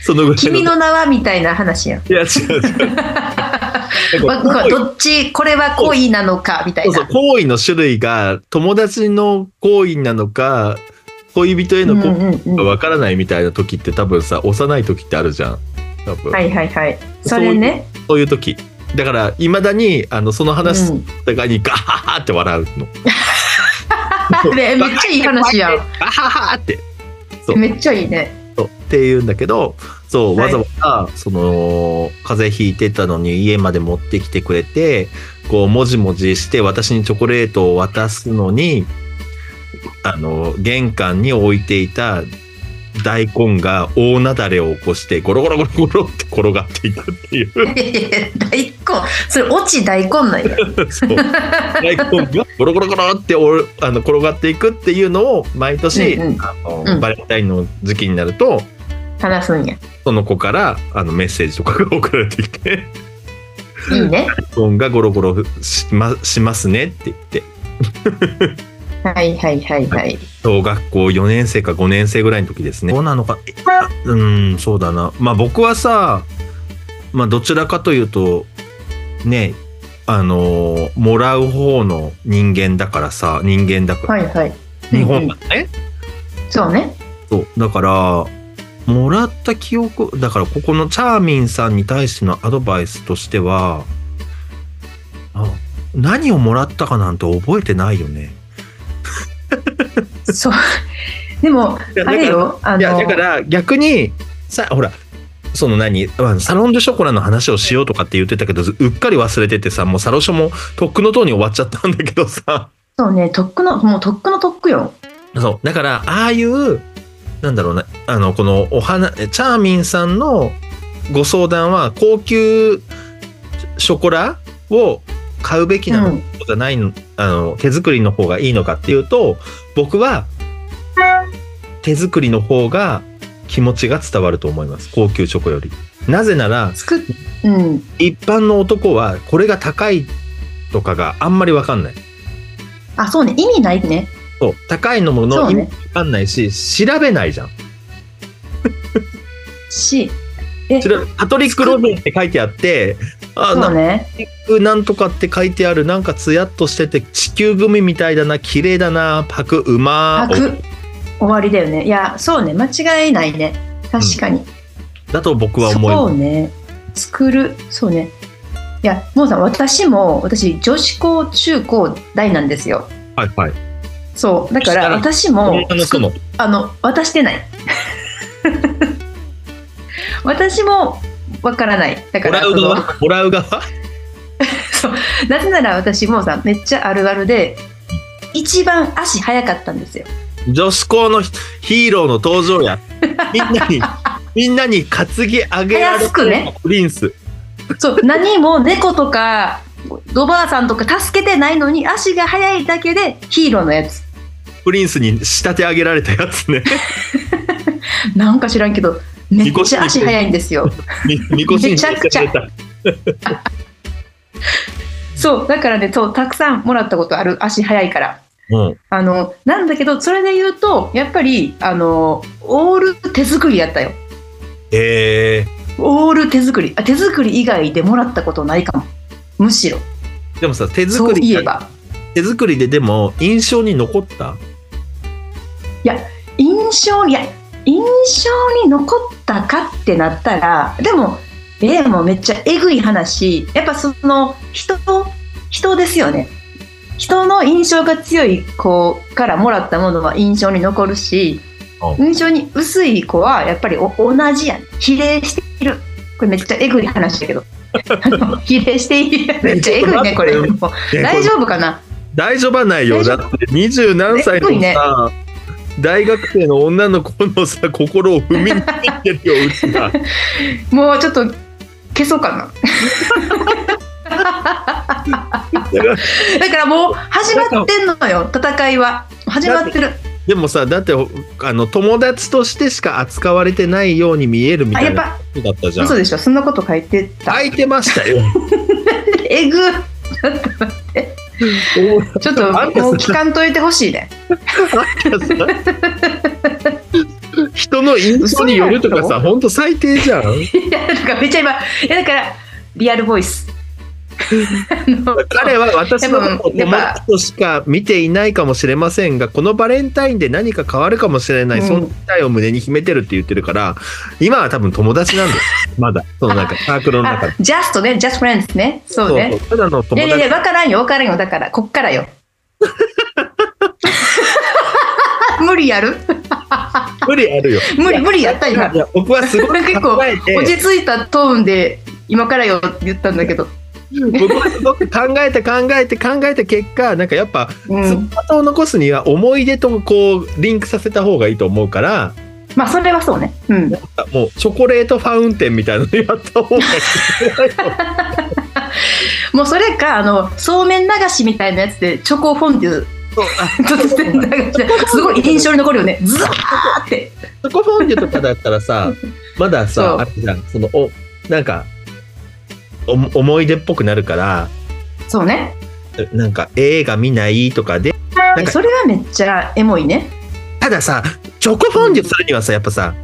S3: そのぐらいの
S4: 君の名はみたいな話やん。
S3: いや違う違
S4: (laughs)
S3: う
S4: わわどっち、これは恋なのかみたい
S3: そうそう
S4: な。
S3: 行為の種類が友達の行為なのか恋人への行為
S4: うんうん
S3: か
S4: うん
S3: 分からないみたいな時って多分さ幼い時ってあるじゃん多分、
S4: はいはいはい。それね。
S3: そういう時だからいまだにあのその話
S4: うん
S3: お互いにガハハって笑うの。
S4: あれめっちゃいい話やん。
S3: ガハハってそう
S4: めっちゃいいね。 (laughs)
S3: そうっていうんだけどそう
S4: は
S3: わ
S4: い
S3: ざわざその風邪ひいてたのに家まで持ってきてくれてこうもじもじして私にチョコレートを渡すのにあの玄関に置いていた大根が大なだれを起こしてゴロゴロゴロゴロって転がっていくっていう
S4: いやいやいや大根。それ落ち大根なんや。
S3: そう大根がゴロゴロゴロっておあの転がっていくっていうのを毎年、
S4: うんうん
S3: あの
S4: うん
S3: バレンタインの時期になると
S4: 話すんや。
S3: その子からあのメッセージとかが送られてきて。
S4: いいね。
S3: 音がゴロゴロし,、ま、しますねって言って
S4: はいはいはいはい。
S3: 小学校4年生か5年生ぐらいの時ですねそうなのかあうんそうだなまあ僕はさまあどちらかというとねあのーもらう方の人間だからさ人間だから、
S4: はいはい。
S3: 日本だね、
S4: そうね。
S3: そうだからもらった記憶だからここのチャーミンさんに対してのアドバイスとしてはあ何をもらったかなんて覚えてないよね
S4: そう。 (laughs) でも、
S3: いやだ
S4: あ
S3: から
S4: れよ。あ
S3: いや
S4: の
S3: だから逆にさほらその何あのサロン・ド・ショコラの話をしようとかって言ってたけどうっかり忘れててさもうサロショもとっくのとうに終わっちゃったんだけどさ
S4: そうね。とっくの、もうとっくのとっくよ。
S3: そうだからああいうなんだろうなあのこのお花チャーミンさんのご相談は高級ショコラを買うべきなの
S4: うん
S3: じゃないの,、あの手作りの方がいいのかっていうと僕は手作りの方が気持ちが伝わると思います高級チョコよりなぜなら
S4: 作っ、うん。
S3: 一般の男はこれが高いとかがあんまりわかんない
S4: あ、そうね。意味ないね。
S3: そう高いのも
S4: そ
S3: の
S4: う
S3: 意味わ
S4: ね。
S3: かんないし、調べないじゃん
S4: し、え、
S3: 調べパトリック・ロビンって書いてあってあ
S4: そう
S3: な
S4: ね。
S3: なんとかって書いてあるなんかツヤっとしてて地球グミみたいだな綺麗だなパクうま
S4: あく、終わりだよね。いや、そうね。間違いないね。確かに。
S3: だと僕は思い
S4: そ
S3: ます
S4: うね作るそうねいやもうさん私も私女子高中高大なんですよ
S3: はいはい
S4: そうだか
S3: した
S4: ら
S3: ら
S4: 私も
S3: 女の人の
S4: あの渡してない (laughs) 私もわからないだか
S3: も
S4: ら
S3: らう
S4: その
S3: 側もらう側
S4: なぜなら私もうさめっちゃあるあるで一番足早かったんですよ
S3: 女子校のヒーローの登場
S4: (laughs)
S3: やみんなにみんなに担ぎ上げられ
S4: 早
S3: て
S4: くね
S3: プリンス
S4: そう何も猫とかドバーさんとか助けてないのに足が速いだけでヒーローのやつ
S3: プリンスに仕立て上げられたやつ
S4: (laughs)
S3: ね
S4: なんか知らんけどめっちゃ足早いんです
S3: (laughs)
S4: よ
S3: みみこしに
S4: めちゃくちゃ
S3: 仕立てられ
S4: そうだからねそうたくさんもらったことある足早いから
S3: たうん
S4: あのなんだけどそれで言うとやっぱりあのオール手作りやったよ
S3: え
S4: オール手作りあ手作り以外でもらったことないかもむしろ
S3: ー、でもさ手
S4: そう
S3: 作り
S4: いえば
S3: 手作りででも印象に残った
S4: 印象いや印象に残ったかってなったらでもえーもうめっちゃえぐい話やっぱその人人ですよね人の印象が強い子からもらったものは印象に残るし
S3: う
S4: 印象に薄い子はやっぱりお同じやん比例しているこれめっちゃえぐい話だけ (laughs) どあの比例しているめっちゃえぐいねこれもう大丈夫かな
S3: 大丈夫ないよ。
S4: 大
S3: だ
S4: 丈夫
S3: って二十何歳の
S4: えぐいね
S3: さ、大学生の女の子のさ、 (laughs) 心を踏みにじってるよ、うちが。
S4: もうちょっと消そうかなだからもう始まってんのよ戦いは始まってる
S3: (laughs) でもさ、だって、あの、友達としてしか扱われてないように見えるみ
S4: あ
S3: た
S4: や
S3: い
S4: っ
S3: な
S4: ぱ
S3: ことだったじゃん
S4: 嘘。でしょそんなこと書いてた
S3: 空いてま
S4: (laughs)
S3: したよ。
S4: えぐちょっとちょっ
S3: (laughs) あん
S4: と
S3: た
S4: もう聞かんといてほしいね (laughs)
S3: 人の印象によるとかさ、ほんと最低じゃん。
S4: いやだからめっちゃ今いやだからリアルボイス (laughs) あの
S3: 彼は私のことを
S4: やっ
S3: 友
S4: ぱ
S3: 達としか見ていないかもしれませんが、このバレンタインで何か変わるかもしれない、
S4: うん
S3: その期待を胸に秘めてるって言ってるから、今は多分友達なんです。ま
S4: (laughs)
S3: だ、そのなんかサークルの中
S4: あ
S3: で。
S4: ジャストねジャストフレンズねそうね
S3: そうただの
S4: い
S3: 友
S4: やいやいや
S3: 達。
S4: 分からんよ分からんよだからこっからよ (laughs) 無理やる
S3: 無理あるよ。
S4: 無理無理やった今
S3: いや僕はすご
S4: 俺
S3: く
S4: 結構
S3: 考えて、
S4: 落ち着いたトーンで今からよって言ったんだけど、
S3: 僕はすごく考えて考えて考えた結果、なんかやっぱ、
S4: うん、
S3: 爪痕を残すには思い出とこう、リンクさせた方がいいと思うから、
S4: まあそれはそうねうん
S3: もうチョコレートファウンテンみたいなのやった方がいい。
S4: もうそれかあのそうめん流しみたいなやつでチョコフォンデュ
S3: そうあ
S4: 突然流してすごい印象に残るよねズワーって
S3: チョコフォンデュとかだったら
S4: (laughs)
S3: さまだ
S4: そ
S3: さ
S4: う
S3: あれじゃんそのおなんかお思い出っぽくなるから
S4: そうね
S3: なんか映画見ないとかでなんか
S4: それはめっちゃエモいね
S3: たださチョコフォンデュするにはさやっぱさ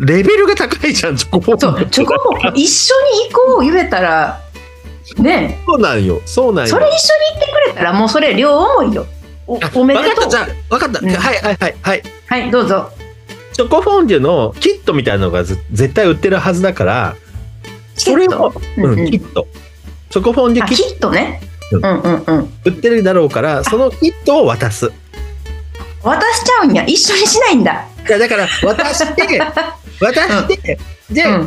S3: レベルが高いじゃんチョコフォンデ
S4: そ
S3: ュ
S4: うチョコフォン一緒に行こう言えたらね
S3: そうなんよそうなん
S4: え
S3: よ
S4: それ一緒に行ってくれたらもうそれ両思いよお
S3: あ
S4: おめで
S3: わかった
S4: とう
S3: じゃあわかった、
S4: うん
S3: はいはいはいはい
S4: はいどうぞ
S3: チョコフォンデュのキットみたいなのがず絶対売ってるはずだからそれを、
S4: うんうん
S3: うん、キットチョコフォンデ
S4: あ
S3: ュキッ
S4: キットねうんうんうん
S3: ト売ってるだろうからそのキットを渡す
S4: 渡しちゃうんや一緒にしないんだ
S3: いやだから渡
S4: (laughs)
S3: して渡して、で、
S4: うん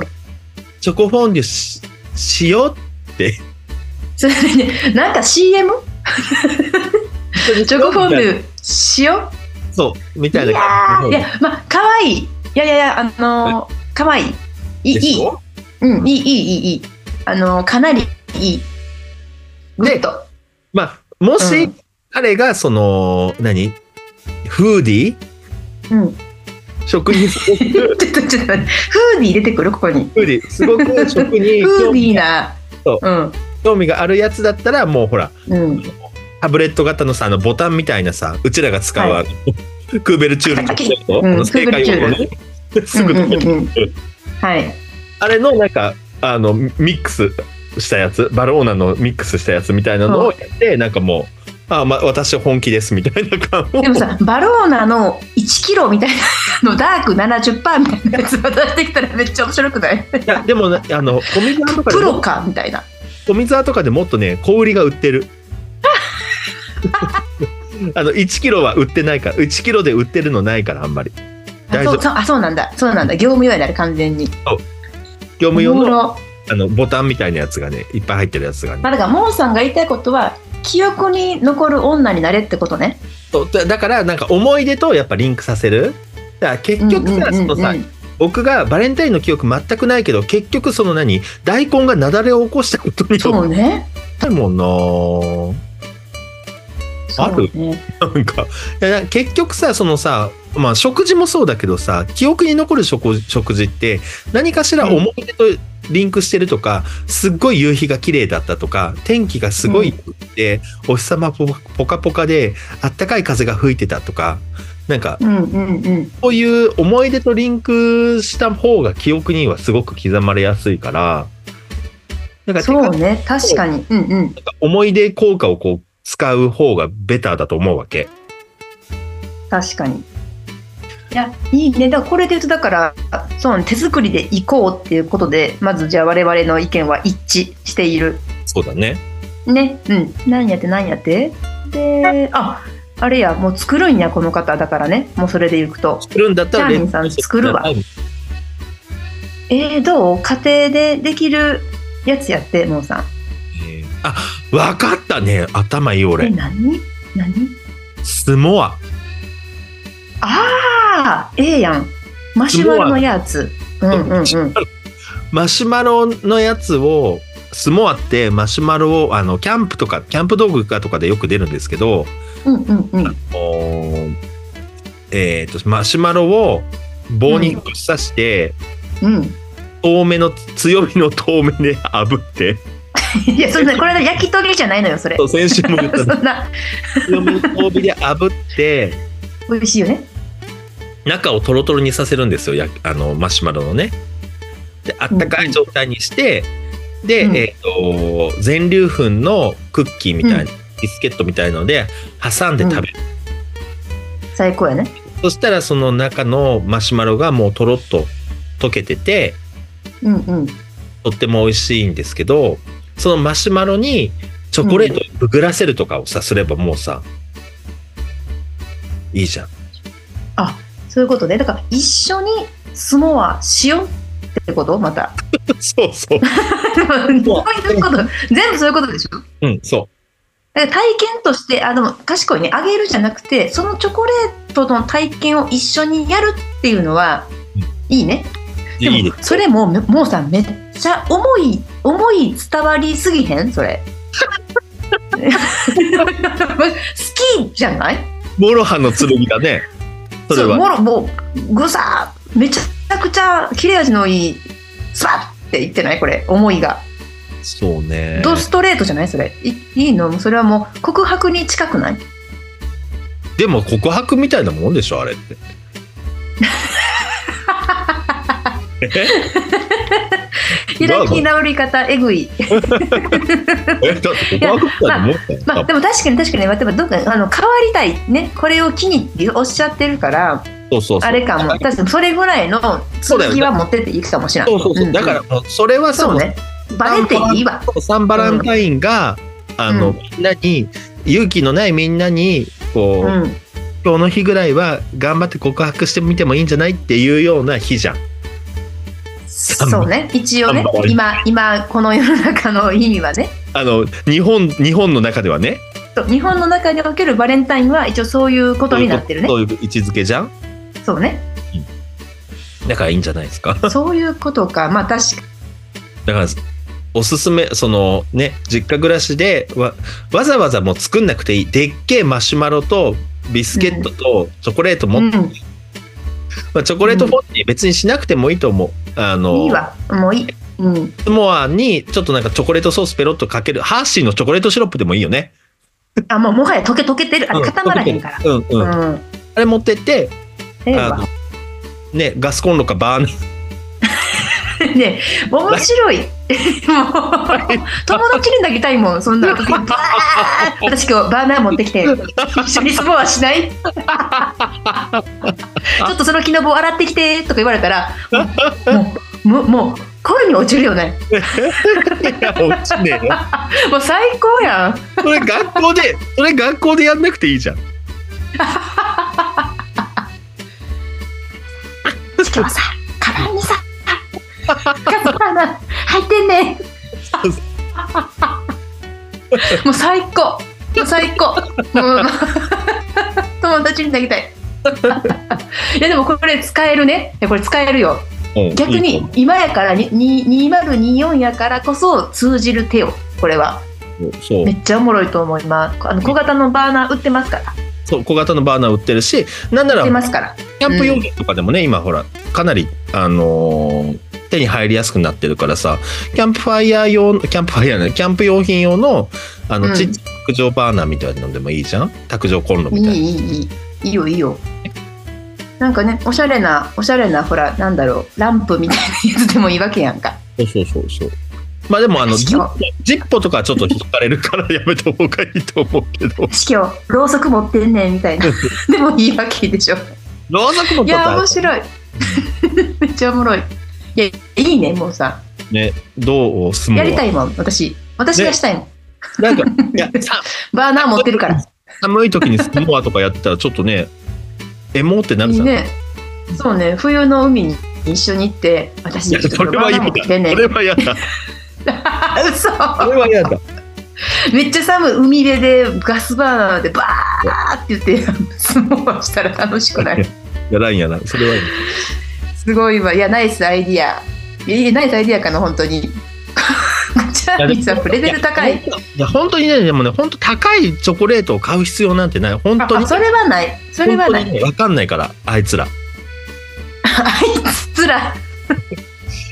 S3: チョコフォンデュししよう
S4: それねなんか CM? チョコフォンデュしよう
S3: そうみたいない
S4: やーいやまあ可愛いいやいやいやあのー、可愛いいい
S3: で
S4: いい
S3: し
S4: い
S3: ょ
S4: うんいいいいいいいいあのー、かなりいいグッド
S3: まあもし、
S4: うん
S3: 彼がその何フーディー
S4: うん
S3: 食にすごく
S4: ちょっとちょっと待ってフーディー出てくるここに
S3: フーディーすごく食に
S4: (laughs) フ
S3: 興
S4: ーデ
S3: 味
S4: ィーな
S3: そう
S4: うん
S3: 興味があるやつだったらもうほら
S4: うん
S3: タブレット型のさあのボタンみたいなさうちらが使う、
S4: は
S3: あのクーベルチュールのやつを
S4: うん
S3: あの正解を
S4: クーベ
S3: ねすぐ
S4: うん
S3: 溶け
S4: うんうん
S3: てる
S4: はい
S3: あれのなんかあのミックスしたやつバルオーナのミックスしたやつみたいなのをやって、なんかもうあ、ま、私本気ですみたいな感を
S4: でもさバローナの1キロみたいなあのダーク70%みたいなやつ渡してきたらめっちゃ面白くない
S3: いやでもねあ
S4: (laughs)
S3: の富澤とかで
S4: プロ
S3: も
S4: かみたいな
S3: 富澤とかでもっとね小売りが売って
S4: (laughs)
S3: るあの1キロは売ってないから1キロで売ってるのないからあんまり
S4: あ
S3: 大丈夫
S4: そうそうあそうなんだそうなんだ業務用になる完全に
S3: 業務用
S4: おも
S3: の
S4: ろ
S3: あのボタンみたいなやつがねいっぱい入ってるやつがね
S4: まあ、だからモンさんが言いたいことは記憶に残る女になれってことね。
S3: そうだだからなんか思い出とやっぱリンクさせるだから結局さ、そのさ僕がバレンタインの記憶全くないけど結局その何大根が雪崩を起こしたことに
S4: そ
S3: よ
S4: うね。
S3: ってもん
S4: そうね。
S3: ななんかいやな結局さそのさまあ食事もそうだけどさ記憶に残る食食事って何かしら思い出とリンクしてるとか、すっごい夕日が綺麗だったとか天気がすごい良くて、お日様ぽぽかぽかであったかい風が吹いてたとかなんか
S4: うんうんうん。
S3: こういう思い出とリンクした方が記憶にはすごく刻まれやすいから、なんか
S4: そう
S3: 手
S4: ね。確かに。うんうん。
S3: が思い出効果をこう使う方がベターだと思うわけ。
S4: 確かに。いや、いいね。だからこれで言うと、だから、そうね手作りで行こうっていうことで、まずじゃあ我々の意見は一致している。
S3: そうだね。
S4: ね、うん、何やって何やってでああれやもう作るんやこの方だからねもうそれでいくと
S3: 作るんだったら
S4: チャーミンさん作るわ
S3: はい
S4: えー、どう家庭でできるやつやってもうさん
S3: えーあ、わかったね。頭いい
S4: え
S3: 俺。
S4: 何何
S3: スモア。
S4: ああええやんマシュマロのやつうんうんうん
S3: マシュマロのやつを、スモアってマシュマロを、あの、キャンプとか、キャンプ道具かとかでよく出るんですけど、
S4: うんうんうん
S3: おーえーと、マシュマロを棒にぶっ刺して、
S4: うん
S3: 遠めの、強火の遠目で炙って、
S4: いやそんなこれ焼き鳥じゃないのよそれ
S3: そう先週も言ったんで
S4: そんな
S3: す強めの遠火で炙って、
S4: 美味しいよね
S3: 中をトロトロにさせるんですよやあのマシュマロのね。であったかい状態にして、で、
S4: うん
S3: えっ、と全粒粉のクッキーみたいな、
S4: うん
S3: ビスケットみたいので挟んで食べる、
S4: 最高やね
S3: そしたらその中のマシュマロがもうとろっと溶けてて
S4: うんうん
S3: とっても美味しいんですけどそのマシュマロにチョコレートをくぐらせるとかをさすればもうさいいじゃん。 (laughs)
S4: そういうことねだから一緒に相撲はしようってことまた
S3: そうそう。
S4: (laughs) そういうこと全部そういうことでしょ
S3: うん、そ
S4: だから体験としてあでも賢いねあげるじゃなくてそのチョコレートの体験を一緒にやるっていうのは
S3: うん
S4: いいね
S3: う。
S4: でも
S3: いいです。
S4: それもめもうさめっちゃ重い重い伝わりすぎへんそれ好きじゃない
S3: モロハの剣だね。それ
S4: う
S3: は。
S4: もろもうぐさーめちゃくちゃ切れ味のいいスワッって言ってないこれ思いが
S3: そうね。
S4: ドストレートじゃないそれいいいのそれはもう告白に近くない
S3: でも告白みたいなもんでしょあれって。え
S4: (laughs) 開き直り方えぐい
S3: えだって告白みたいなもんだよ。
S4: まあでも確かに確かに、まあ、でもどっかあの変わりたいねこれを機にっておっしゃってるから
S3: そうそうそう。
S4: あれかも確かにそれぐらいの
S3: そうだよ
S4: 続きは持ってっていいかもしれな
S3: そ
S4: い
S3: うそうそう。だからもうそれはそ
S4: そう
S3: も
S4: ねバレていいわ
S3: サンバランタインが、あの、
S4: うん
S3: みんなに勇気のないみんなにこう、
S4: うん
S3: 今日の日ぐらいは頑張って告白してみてもいいんじゃないっていうような日じゃん。
S4: そうね一応ね
S3: 頑張れ
S4: 今今この世の中の意味はね
S3: あの日本日本の中ではね。
S4: そう日本の中におけるバレンタインは一応そういうことになってるね
S3: そういう位置づけじゃん。
S4: そうね
S3: だからいいんじゃないですか。 (laughs)
S4: そういうことかまあ確か
S3: だからおすすめそのね実家暮らしでわわざわざもう作んなくていいでっけえマシュマロとビスケットとチョコレートも、
S4: に、
S3: まあ、チョコレートフォンデュ別にしなくてもいいと思うあ
S4: うん、
S3: の
S4: いいわもういい、うん、
S3: スモアにちょっとなんかチョコレートソースペロッとかけるハッシーのチョコレートシロップでもいいよね
S4: あもうもはや溶け溶けてるあれ固まらへんから、
S3: うんうん、あ
S4: うん
S3: れ持ってって
S4: ええ
S3: あ
S4: わ
S3: のねガスコンロかバーナー
S4: (laughs) ね面白いもう友達に投げたいもんそんなバー私今日バーナー持ってきて一緒にスモアしないちょっとその木の棒洗ってきてとか言われたらもうもうもうもう恋に落ちるよね
S3: いや落ちねえよ
S4: (laughs) もう最高やん
S3: それ学校でそれ学校でやんなくていい
S4: (laughs)
S3: じゃん
S4: 今日さカバンにさガスバーナー入ってんねもう最高もう最高もう友達に投げたいいやでもこれ使えるねいやこれ使えるよ
S3: うん
S4: 逆
S3: いいと
S4: に
S3: 思
S4: 今やからにに2024やからこそ通じる手をこれは
S3: うそう
S4: めっちゃおもろいと思いますあの小型のバーナー売ってますから
S3: そう小型のバーナー売ってるしなんな
S4: 売っ
S3: ら
S4: てますから
S3: キャンプ用品とかでもね、今ほらかなり、あのー手に入りやすくなってるからさキャンプファイヤー用のキャンプファイヤーねキャンプ用品用のあ
S4: う
S3: の
S4: ん
S3: ちっちゃい卓上バーナーみたいなのでもいいじゃん卓上コンロ
S4: い
S3: み
S4: い
S3: たいない
S4: いいいいいよいいよなんかねおしゃれなおしゃれなほらなんだろうランプみたいなやつでもいいわけやんか
S3: そうそうそうそうまあでもあのジッ
S4: 私今
S3: ジッポとかちょっと引っかれるからやめた方がいいと思うけど
S4: 日今日ろうそく持ってんねんみ
S3: (laughs)
S4: たいなでもいいわけでしょ
S3: ろうそくも
S4: い
S3: と
S4: や
S3: か
S4: 面白い (laughs) めっちゃおもろいいやいいねもうさ
S3: ねどうすも
S4: やりたいもん私私がしたいもん、
S3: なんか、いや、さ
S4: バーナー持ってるから。
S3: 寒い時にスモアとかやってたらちょっとね、エモってなる
S4: い
S3: じ
S4: い
S3: ゃん。
S4: ね。そうね、冬の海に一緒に行って、私、
S3: いや、
S4: ちょっ
S3: そ
S4: と
S3: れ
S4: バ
S3: は
S4: ー
S3: 嫌
S4: ナー
S3: だ
S4: 持ってきて。んね
S3: そ
S4: ん。
S3: れは (laughs) 嫌だ。
S4: 嘘
S3: それは嫌だ。
S4: めっちゃ寒い海辺でガスバーナーでバーって言って相撲をしたら楽しくない
S3: やらんやな。そ
S4: (laughs)
S3: れは嫌だ。
S4: すごいわいやナイスアイディアいいナイスアイディアかな本当にチャーリーさんプレベル高い。
S3: いや、本当にね、でもね、本当高いチョコレートを買う必要なんてない。本当に。
S4: あそれはないそれはな
S3: 本当
S4: い
S3: にねわかんないから、あいつら。
S4: あいつら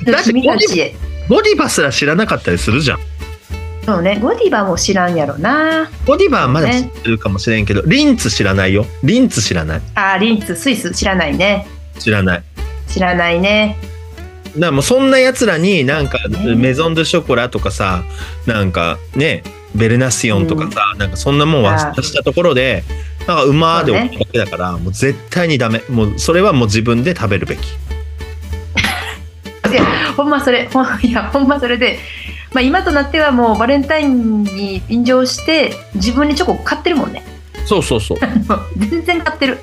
S3: だって
S4: 君たちへ
S3: ゴディバすら知らなかったりするじゃん。
S4: そうねゴディバも知らんやろな
S3: ゴディバはまだ知
S4: ね
S3: ってるかもしれんけど、リンツ知らないよ。リンツ知らない。
S4: あリンツスイス知らないね
S3: 知らない。
S4: 知らないね
S3: だからもうそんな奴らになんか
S4: ね
S3: メゾン・ド・ショコラとかさなんかねベルナシオンとかさ、なんかそんなもん
S4: あ
S3: 渡
S4: ー
S3: したところでなんか馬で
S4: そう
S3: 置
S4: ね
S3: くだけだからもう絶対にダメもうそれはもう自分で食べるべき
S4: ほんまそれほんいやほんまそれで、まあ、今となってはもうバレンタインに便乗して自分にチョコ買ってるもんね (laughs)
S3: そうそうそう
S4: 全然買ってる、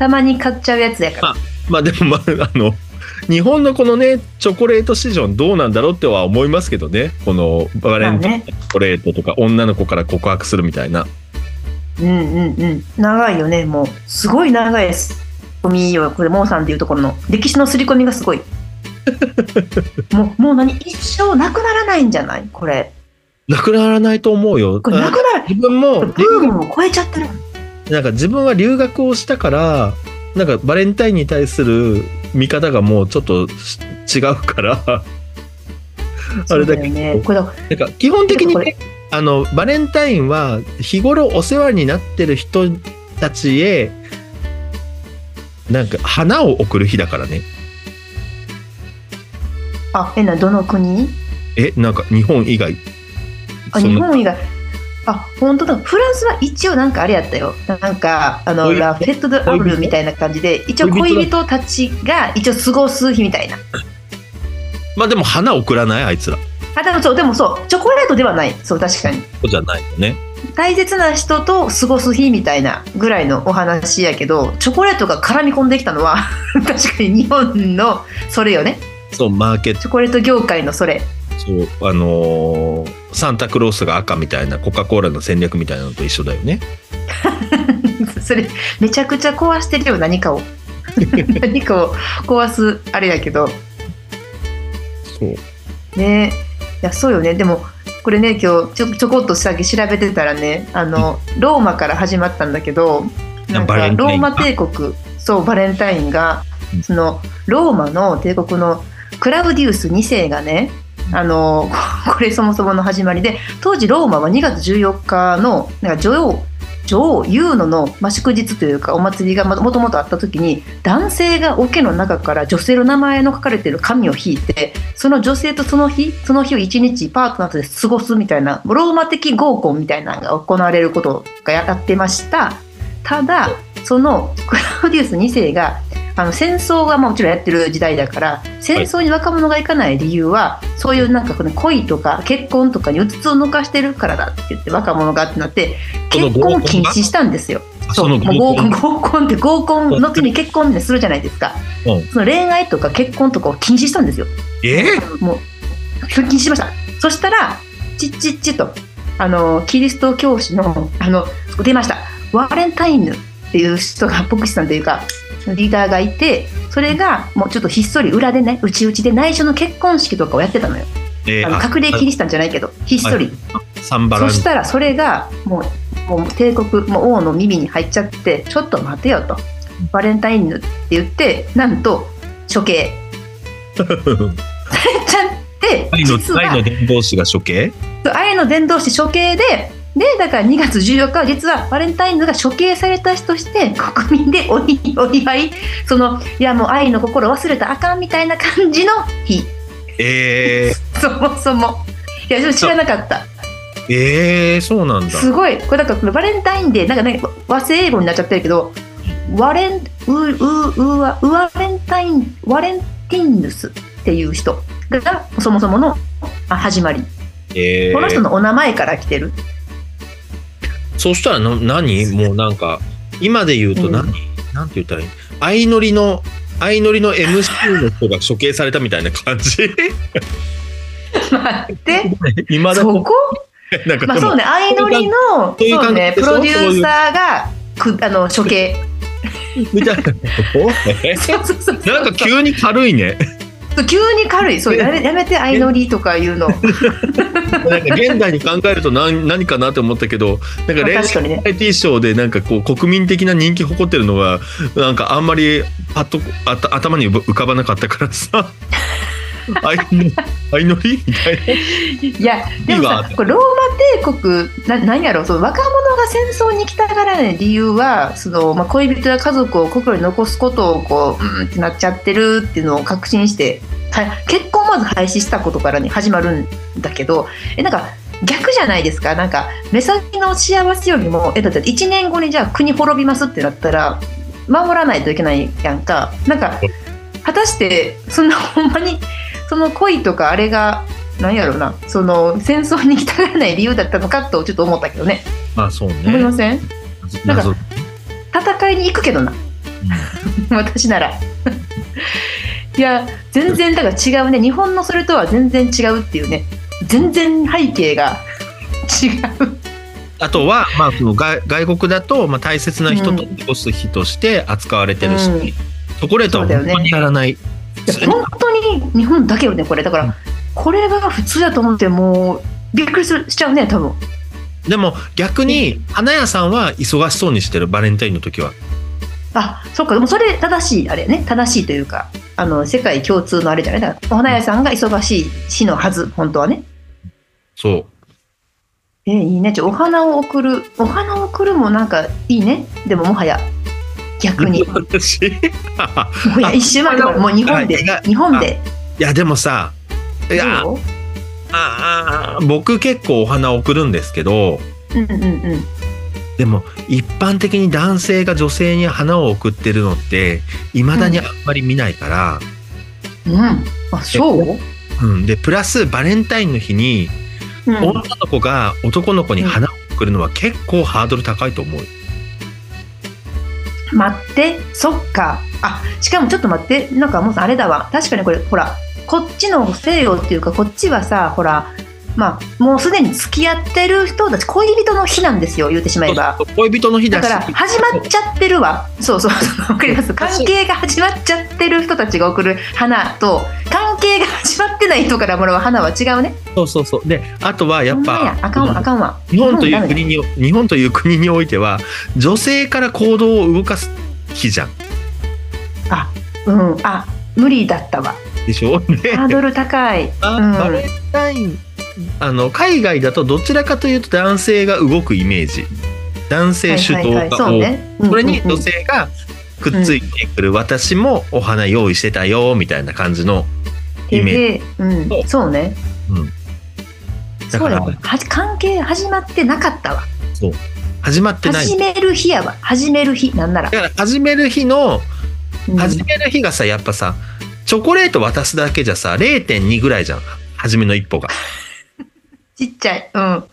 S4: たまに買っちゃうやつやから、
S3: まあでもまああの日本のこのねチョコレート市場どうなんだろうっては思いますけどねこのバレ
S4: まあ
S3: ンタイン
S4: ね、
S3: チョコレートとか女の子から告白するみたいな
S4: うんうんうん長いよねもうすごい長いです込みよこれモーさんっていうところの歴史の刷り込みが
S3: (laughs)
S4: すごいもうもう何一生なくならないんじゃないこれ
S3: なくならないと思うよ
S4: これなくなら
S3: 自分も
S4: ブームを超えちゃってる
S3: なんか自分は留学をしたからなんかバレンタインに対する見方がもうちょっとし違うから (laughs) あれだけ
S4: そうよねこれだ
S3: なんか基本的に
S4: こ
S3: ねあのバレンタインは日頃お世話になってる人たちへなんか花を贈る日だからね
S4: あ変などの国
S3: えなんか日本以外
S4: あ
S3: そん
S4: 日
S3: な
S4: 本以外あ本当だフランスは一応なんかあれやったよなんかあの
S3: 恋人
S4: ラフェット・ド・アブルみたいな感じで一応
S3: 恋
S4: 恋
S3: 人
S4: 人たちが一応過ごす日みたいな
S3: まあでも花贈らないあいつらそ
S4: あでもそうでもそうチョコレートではないそう確かに
S3: うじゃないよね
S4: 大切な人と過ごす日みたいなぐらいのお話やけどチョコレートが絡み込んできたのは (laughs) 確かに日本のそれよね
S3: そうマーケット
S4: チョコレート業界のそれ (laughs)
S3: そうあのーサンタクロースが赤みたいなコカ・コーラの戦略みたいなのと一緒だよね
S4: それめちゃくちゃ壊してるよ何かを (laughs) 何かを壊すあれやけど
S3: そう
S4: ねいやそうよねでもこれね今日ちょちょこっと先調べてたらねあのローマから始まったんだけどなん
S3: バレ
S4: か
S3: ンタイン
S4: ローマ帝国そうバレンタインが
S3: うん
S4: そのローマの帝国のクラブデュース2世がねあのここれそもそもの始まりで当時ローマは2月14日のなんか女王女王ユーノの、まあ、祝日というかお祭りがまもともとあった時に男性が桶の中から女性の名前の書かれている紙を引いてその女性とその日その日を一日パートナーとして過ごすみたいなローマ的合コンみたいなのが行われることがやってましたただそのクラウディウス2世があの戦争がまあもちろんやってる時代だから戦争に若者が行かない理由は、そういうなんかこの恋とか結婚とかにうつつを抜かしてるからだって言って若者がってなって
S3: その
S4: 結婚を禁止したんですよ。
S3: あ
S4: そう
S3: の
S4: もう合コン合コンって合コンの時に結婚ってするじゃないですか、
S3: うん
S4: その恋愛とか結婚とかを禁止したんですよ
S3: え
S4: もうそれ禁止しましたそしたらチッチッチとあのキリスト教師のあの出ましたワレンタインヌっていう人が牧師さんというかリーダーがいてそれがもうちょっとひっそり裏でねうちうちで内緒の結婚式とかをやってたのよ
S3: え
S4: あの隠れキリシタンじゃないけどひっそり、
S3: あサンバラ
S4: そ
S3: ン
S4: したらそれがもうもう帝国もう王の耳に入っちゃってちょっと待てよとバレンタインヌって言ってなんと処刑ちゃって
S3: 愛の
S4: 実は
S3: 愛の伝道師が処刑
S4: 愛の伝道師処刑ででだから2月14日は実はバレンタインヌが処刑された日として国民でおいお祝いそのいやもう愛の心忘れたらあかんみたいな感じの日
S3: え
S4: そもそもいやちょっと知らなかった
S3: ー、えー、そうなんだ
S4: すごいこれだからこれバレンタインデーなんかね和製英語になっちゃってるけどワレンウウウワウワレンタインワレンティンヌスっていう人がそもそものあ始まり
S3: えー
S4: この人のお名前から来てる。
S3: そうしたらな何もうなんか今で言うと何、
S4: うん
S3: なんて言ったらいい相乗りの相乗りの MC の人が処刑されたみたいな感じ
S4: 待って、
S3: (laughs) 今だ
S4: そ
S3: と
S4: こ
S3: なんか
S4: ま
S3: で
S4: あ
S3: も、
S4: そうね、相乗りの、
S3: そういう
S4: そう
S3: 感覚
S4: ね、
S3: で
S4: プ
S3: しょ
S4: ロデューサーが、くあの、処刑。
S3: みたいなことえ
S4: (laughs) そうそうそう
S3: (laughs) なんか急に軽いね
S4: 急に軽い、そう、やめやめて相乗りとか言うの。
S3: なんか現代に考えると何何かなって思ったけどなんか恋愛
S4: 確かにね
S3: バラエティショーでなんかこう国民的な人気誇ってるのはなんかあんまりパッとあた頭に浮かばなかったから (laughs) さ相乗り相乗りみたいない
S4: や、でも
S3: いい
S4: さ
S3: わ、
S4: これローマ帝国、な、なんやろう、その若者が戦争に来たがらない理由は、その、まあ、恋人や家族を心に残すことを、こう、うんってなっちゃってるっていうのを確信して、はい結婚をまず廃止したことからに始まるんだけど、え、なんか、逆じゃないですか、なんか、目先の幸せよりも、え、だって1年後にじゃあ国滅びますってなったら、守らないといけないやんか、なんか、果たして、そんなほんまに、その恋とかあれがなんやろうなその戦争に来たがらない理由だったのかとちょっと思ったけどね
S3: まあそう
S4: 思いま
S3: ね。
S4: せんなんか
S3: 謎
S4: 戦いに行くけどな (laughs) 私ならいや全然だから違うね日本のそれとは全然違うっていうね全然背景が違う
S3: あとは、まあ、その外外国だと、まあ、大切な人と過ごす日として扱われてるし、
S4: うん
S3: チョコレートは
S4: そうだよね
S3: 本当にやらない。
S4: いや本当に日本だけよねこれだか
S3: うん
S4: らこれが普通だと思ってもうびっくりするしちゃうね多分
S3: でも逆に花屋さんは忙しそうにしてるバレンタインの時は。
S4: あそっかでもそれ正しいあれね正しいというかあの世界共通のあれじゃないだからお花屋さんが忙しい日のはず本当はね
S3: そう。
S4: えいいねじゃあお花を贈るお花を贈るもなんかいいねでももはや逆にも
S3: 私 (laughs) いう
S4: や一周回ってもう日本で
S3: はい
S4: 日本で
S3: やでもさいや
S4: どう
S3: ああ僕結構お花送るんですけど
S4: うんうんうん
S3: でも一般的に男性が女性に花を送ってるのっていまだにあんまり見ないから。
S4: うんあそう
S3: うん、でプラスバレンタインの日に
S4: うん
S3: 女の子が男の子に花を送るのは結構ハードル高いと思う。
S4: 待ってそっかあしかもちょっと待ってなんかもうさあれだわ確かにこれほらこっちの西洋っていうかこっちはさほらまあもうすでに付き合ってる人たち恋人の日なんですよ言ってしまえば
S3: 恋人の日
S4: だ
S3: だし。
S4: から始まっちゃってるわそう (laughs) そうそうわかります関係が始まっちゃってる人たちが送る花と関係が始まってない人からもらう花は違うね
S3: そうそうそう。で、あとはやっ
S4: ほんま
S3: ぱ
S4: やあかんわあかんわ
S3: 日本という
S4: 日
S3: 国に日本という国においては女性から行動を動かす日じゃん。
S4: ダメだうんあ無理だった
S3: (laughs)
S4: わ
S3: でしょ。で、
S4: ハードル高い
S3: あ
S4: うん
S3: バレンタインあの海外だとどちらかというと男性が動くイメージ。男性主導が多い。
S4: そうね
S3: それに
S4: うんうん
S3: 女性がくっついてくる、私もお花用意してたよみたいな感じのイメージ
S4: でうんそうね
S3: だか
S4: そう
S3: ら
S4: やわはじ関係始まってなかったわ
S3: 始まってない
S4: 始める日やわ始める日なんなら
S3: だから始める日の
S4: うん
S3: 始める日がさやっぱさチョコレート渡すだけじゃさ0.2ぐらいじゃん初めの一歩が。
S4: ちっちゃいうん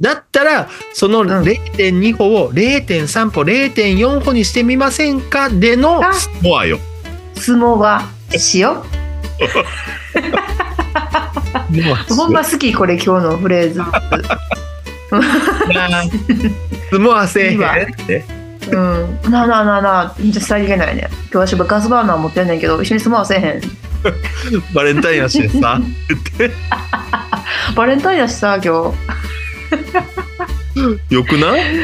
S3: だったらその
S4: ん
S3: 0.2歩を0.3歩0.4歩にしてみませんかでの
S4: あ
S3: スコアよ。
S4: 相撲はしよう (laughs) ほんま好きこれ今日のフレーズ。
S3: スモアせえへん
S4: いいわ (laughs)
S3: って。
S4: うん。なあなあなあなあ、めっちゃさりげないね。今日私ガスバーナー持ってんねんけど、一緒に住まわせへん。
S3: バレンタインやしさって
S4: バレンタインだしさ、今日。
S3: よくない
S4: い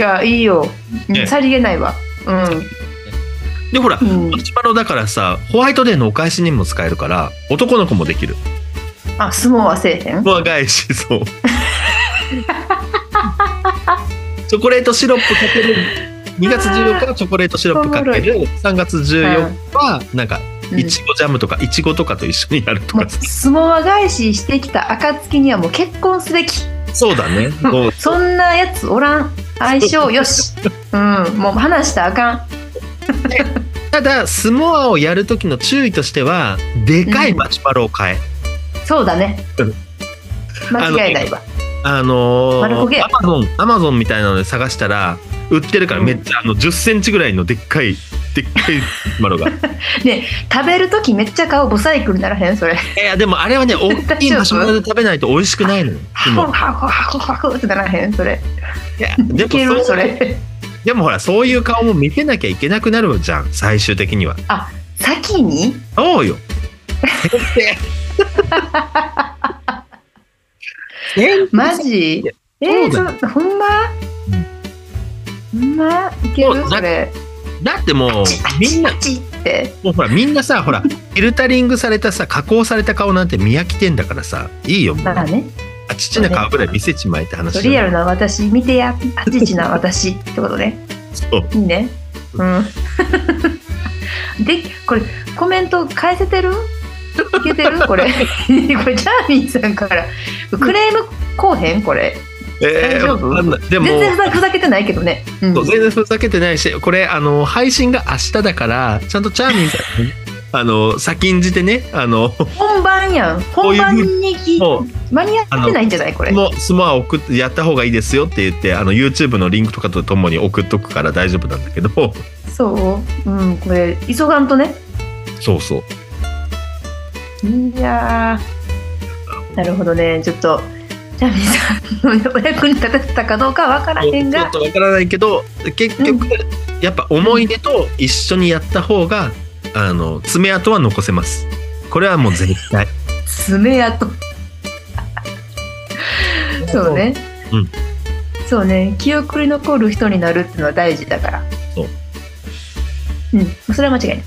S4: や、いいよ。うん
S3: ね
S4: さりげないわ。
S3: でほら
S4: うん。うん
S3: マ。シュマロだからさホワイトデーのお返しにも使えるから男の子もできる
S4: あ、相撲はせえへん。
S3: お返しそうチョコレートシロップかける2月14日はチョコレートシロップかける3月14日はなんか
S4: うん
S3: いちごジャムとかいちごとかと一緒にやると
S4: も
S3: か
S4: う相撲は返ししてきた暁にはもう結婚すべき。
S3: そうだねそう
S4: そんなやつおらん。
S3: (laughs)
S4: 相性よし。うん。もう話したらあかん。
S3: ただスモアをやる時の注意としてはでかいマシュマロを買え、
S4: そうだね。間違いないわ。
S3: あの
S4: 丸焦げ
S3: ー、アマゾン、アマゾンみたいなので探したら、売ってるから
S4: うん
S3: めっちゃ、あの、10センチぐらいのでっかい、でっかいマロが。い
S4: 食べるときめっちゃ顔ブサイクにならへんそれ。
S3: や、でもあれ
S4: (laughs)
S3: はね、大きい
S4: 大丈夫
S3: マシュマロで食べないと美味しくないのよ。で
S4: ハ
S3: も
S4: フハフハフハフってならへんそれ。
S3: いや、で
S4: いけ
S3: も
S4: る
S3: そ
S4: そうれ。
S3: でもほら、そういう顔も見せなきゃいけなくなるじゃん、最終的には。
S4: 先に
S3: そうよ。
S4: (laughs)
S3: 先生
S4: マジえ
S3: そう
S4: ー、
S3: だ
S4: そほんまほんまいけ
S3: そ
S4: る
S3: うだ
S4: それ。
S3: だってもうみんな
S4: チッって。
S3: もうほらみんなさほらフィルタリングされたさ加工された顔なんて見飽きてんだからさいいよもう
S4: まあね。
S3: あちっちゃな顔ぐらい見せちまえって話じ
S4: リ
S3: ゃ
S4: アル
S3: ない
S4: な私見てやあちちな私ってことね
S3: そう
S4: いいね
S3: (laughs)
S4: うんでこれコメント返せてるいけてる
S3: (laughs)
S4: これこれチャーミーさんからクレームこうへんこれ
S3: え
S4: 大丈夫
S3: わかんないでも
S4: 全然ふざふざけてないけどね、うん
S3: そう全然ふざけてないしこれあの配信が明日だからちゃんとチャーミンさんに (laughs) あの先んじてねあの
S4: 本番やん
S3: こう
S4: 本
S3: いうふう
S4: 番
S3: に
S4: にき
S3: もう
S4: 間に合ってないんじゃないこれ
S3: もうスモア送ってやった方がいいですよって言ってあの YouTube のリンクとかとともに送っとくから大丈夫なんだけど
S4: そううんこれ急がんとね
S3: そうそう
S4: いやーなるほどねちょっとチャーミーさんのお役に立てたかどうかわからへん
S3: ちょ (laughs)
S4: が
S3: っとわからないけど結局、やっぱ思い出と一緒にやった方があの爪痕は残せますこれはもう絶 (laughs) 対
S4: 爪痕そうね、
S3: うん
S4: そうね記憶に残る人になるっていうのは大事だから
S3: そう
S4: うんそれは間違いない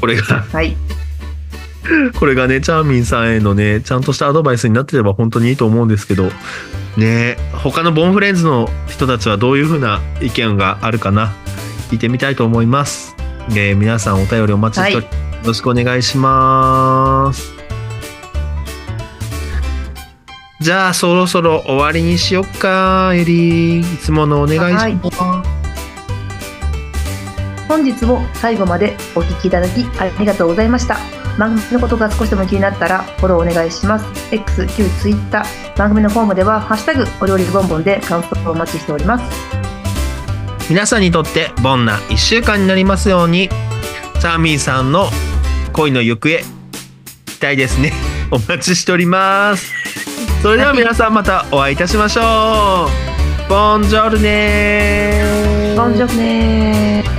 S3: これが
S4: はい
S3: これがねチャーミンさんへのねちゃんとしたアドバイスになってれば本当にいいと思うんですけどね他のボンフレンズの人たちはどういうふうな意見があるかな聞いてみたいと思います、えー皆さんお便りお待ちしております、よろしくお願いしますじゃあそろそろ終わりにしよっかエリーいつものお願いします、
S4: はい本日も最後までお聞きいただきありがとうございました番組のことが少しでも気になったらフォローお願いします X 旧 Twitter 番組のフォームでは「ハッシュタグお料理ボンボン」で感想をお待ちしております
S3: 皆さんにとってボンな1週間になりますようにチャーミーさんの恋の行方期待ですね (laughs) お待ちしておりますそれでは皆さんまたお会いいたしましょうボンジョルネ
S4: ボンジョブねー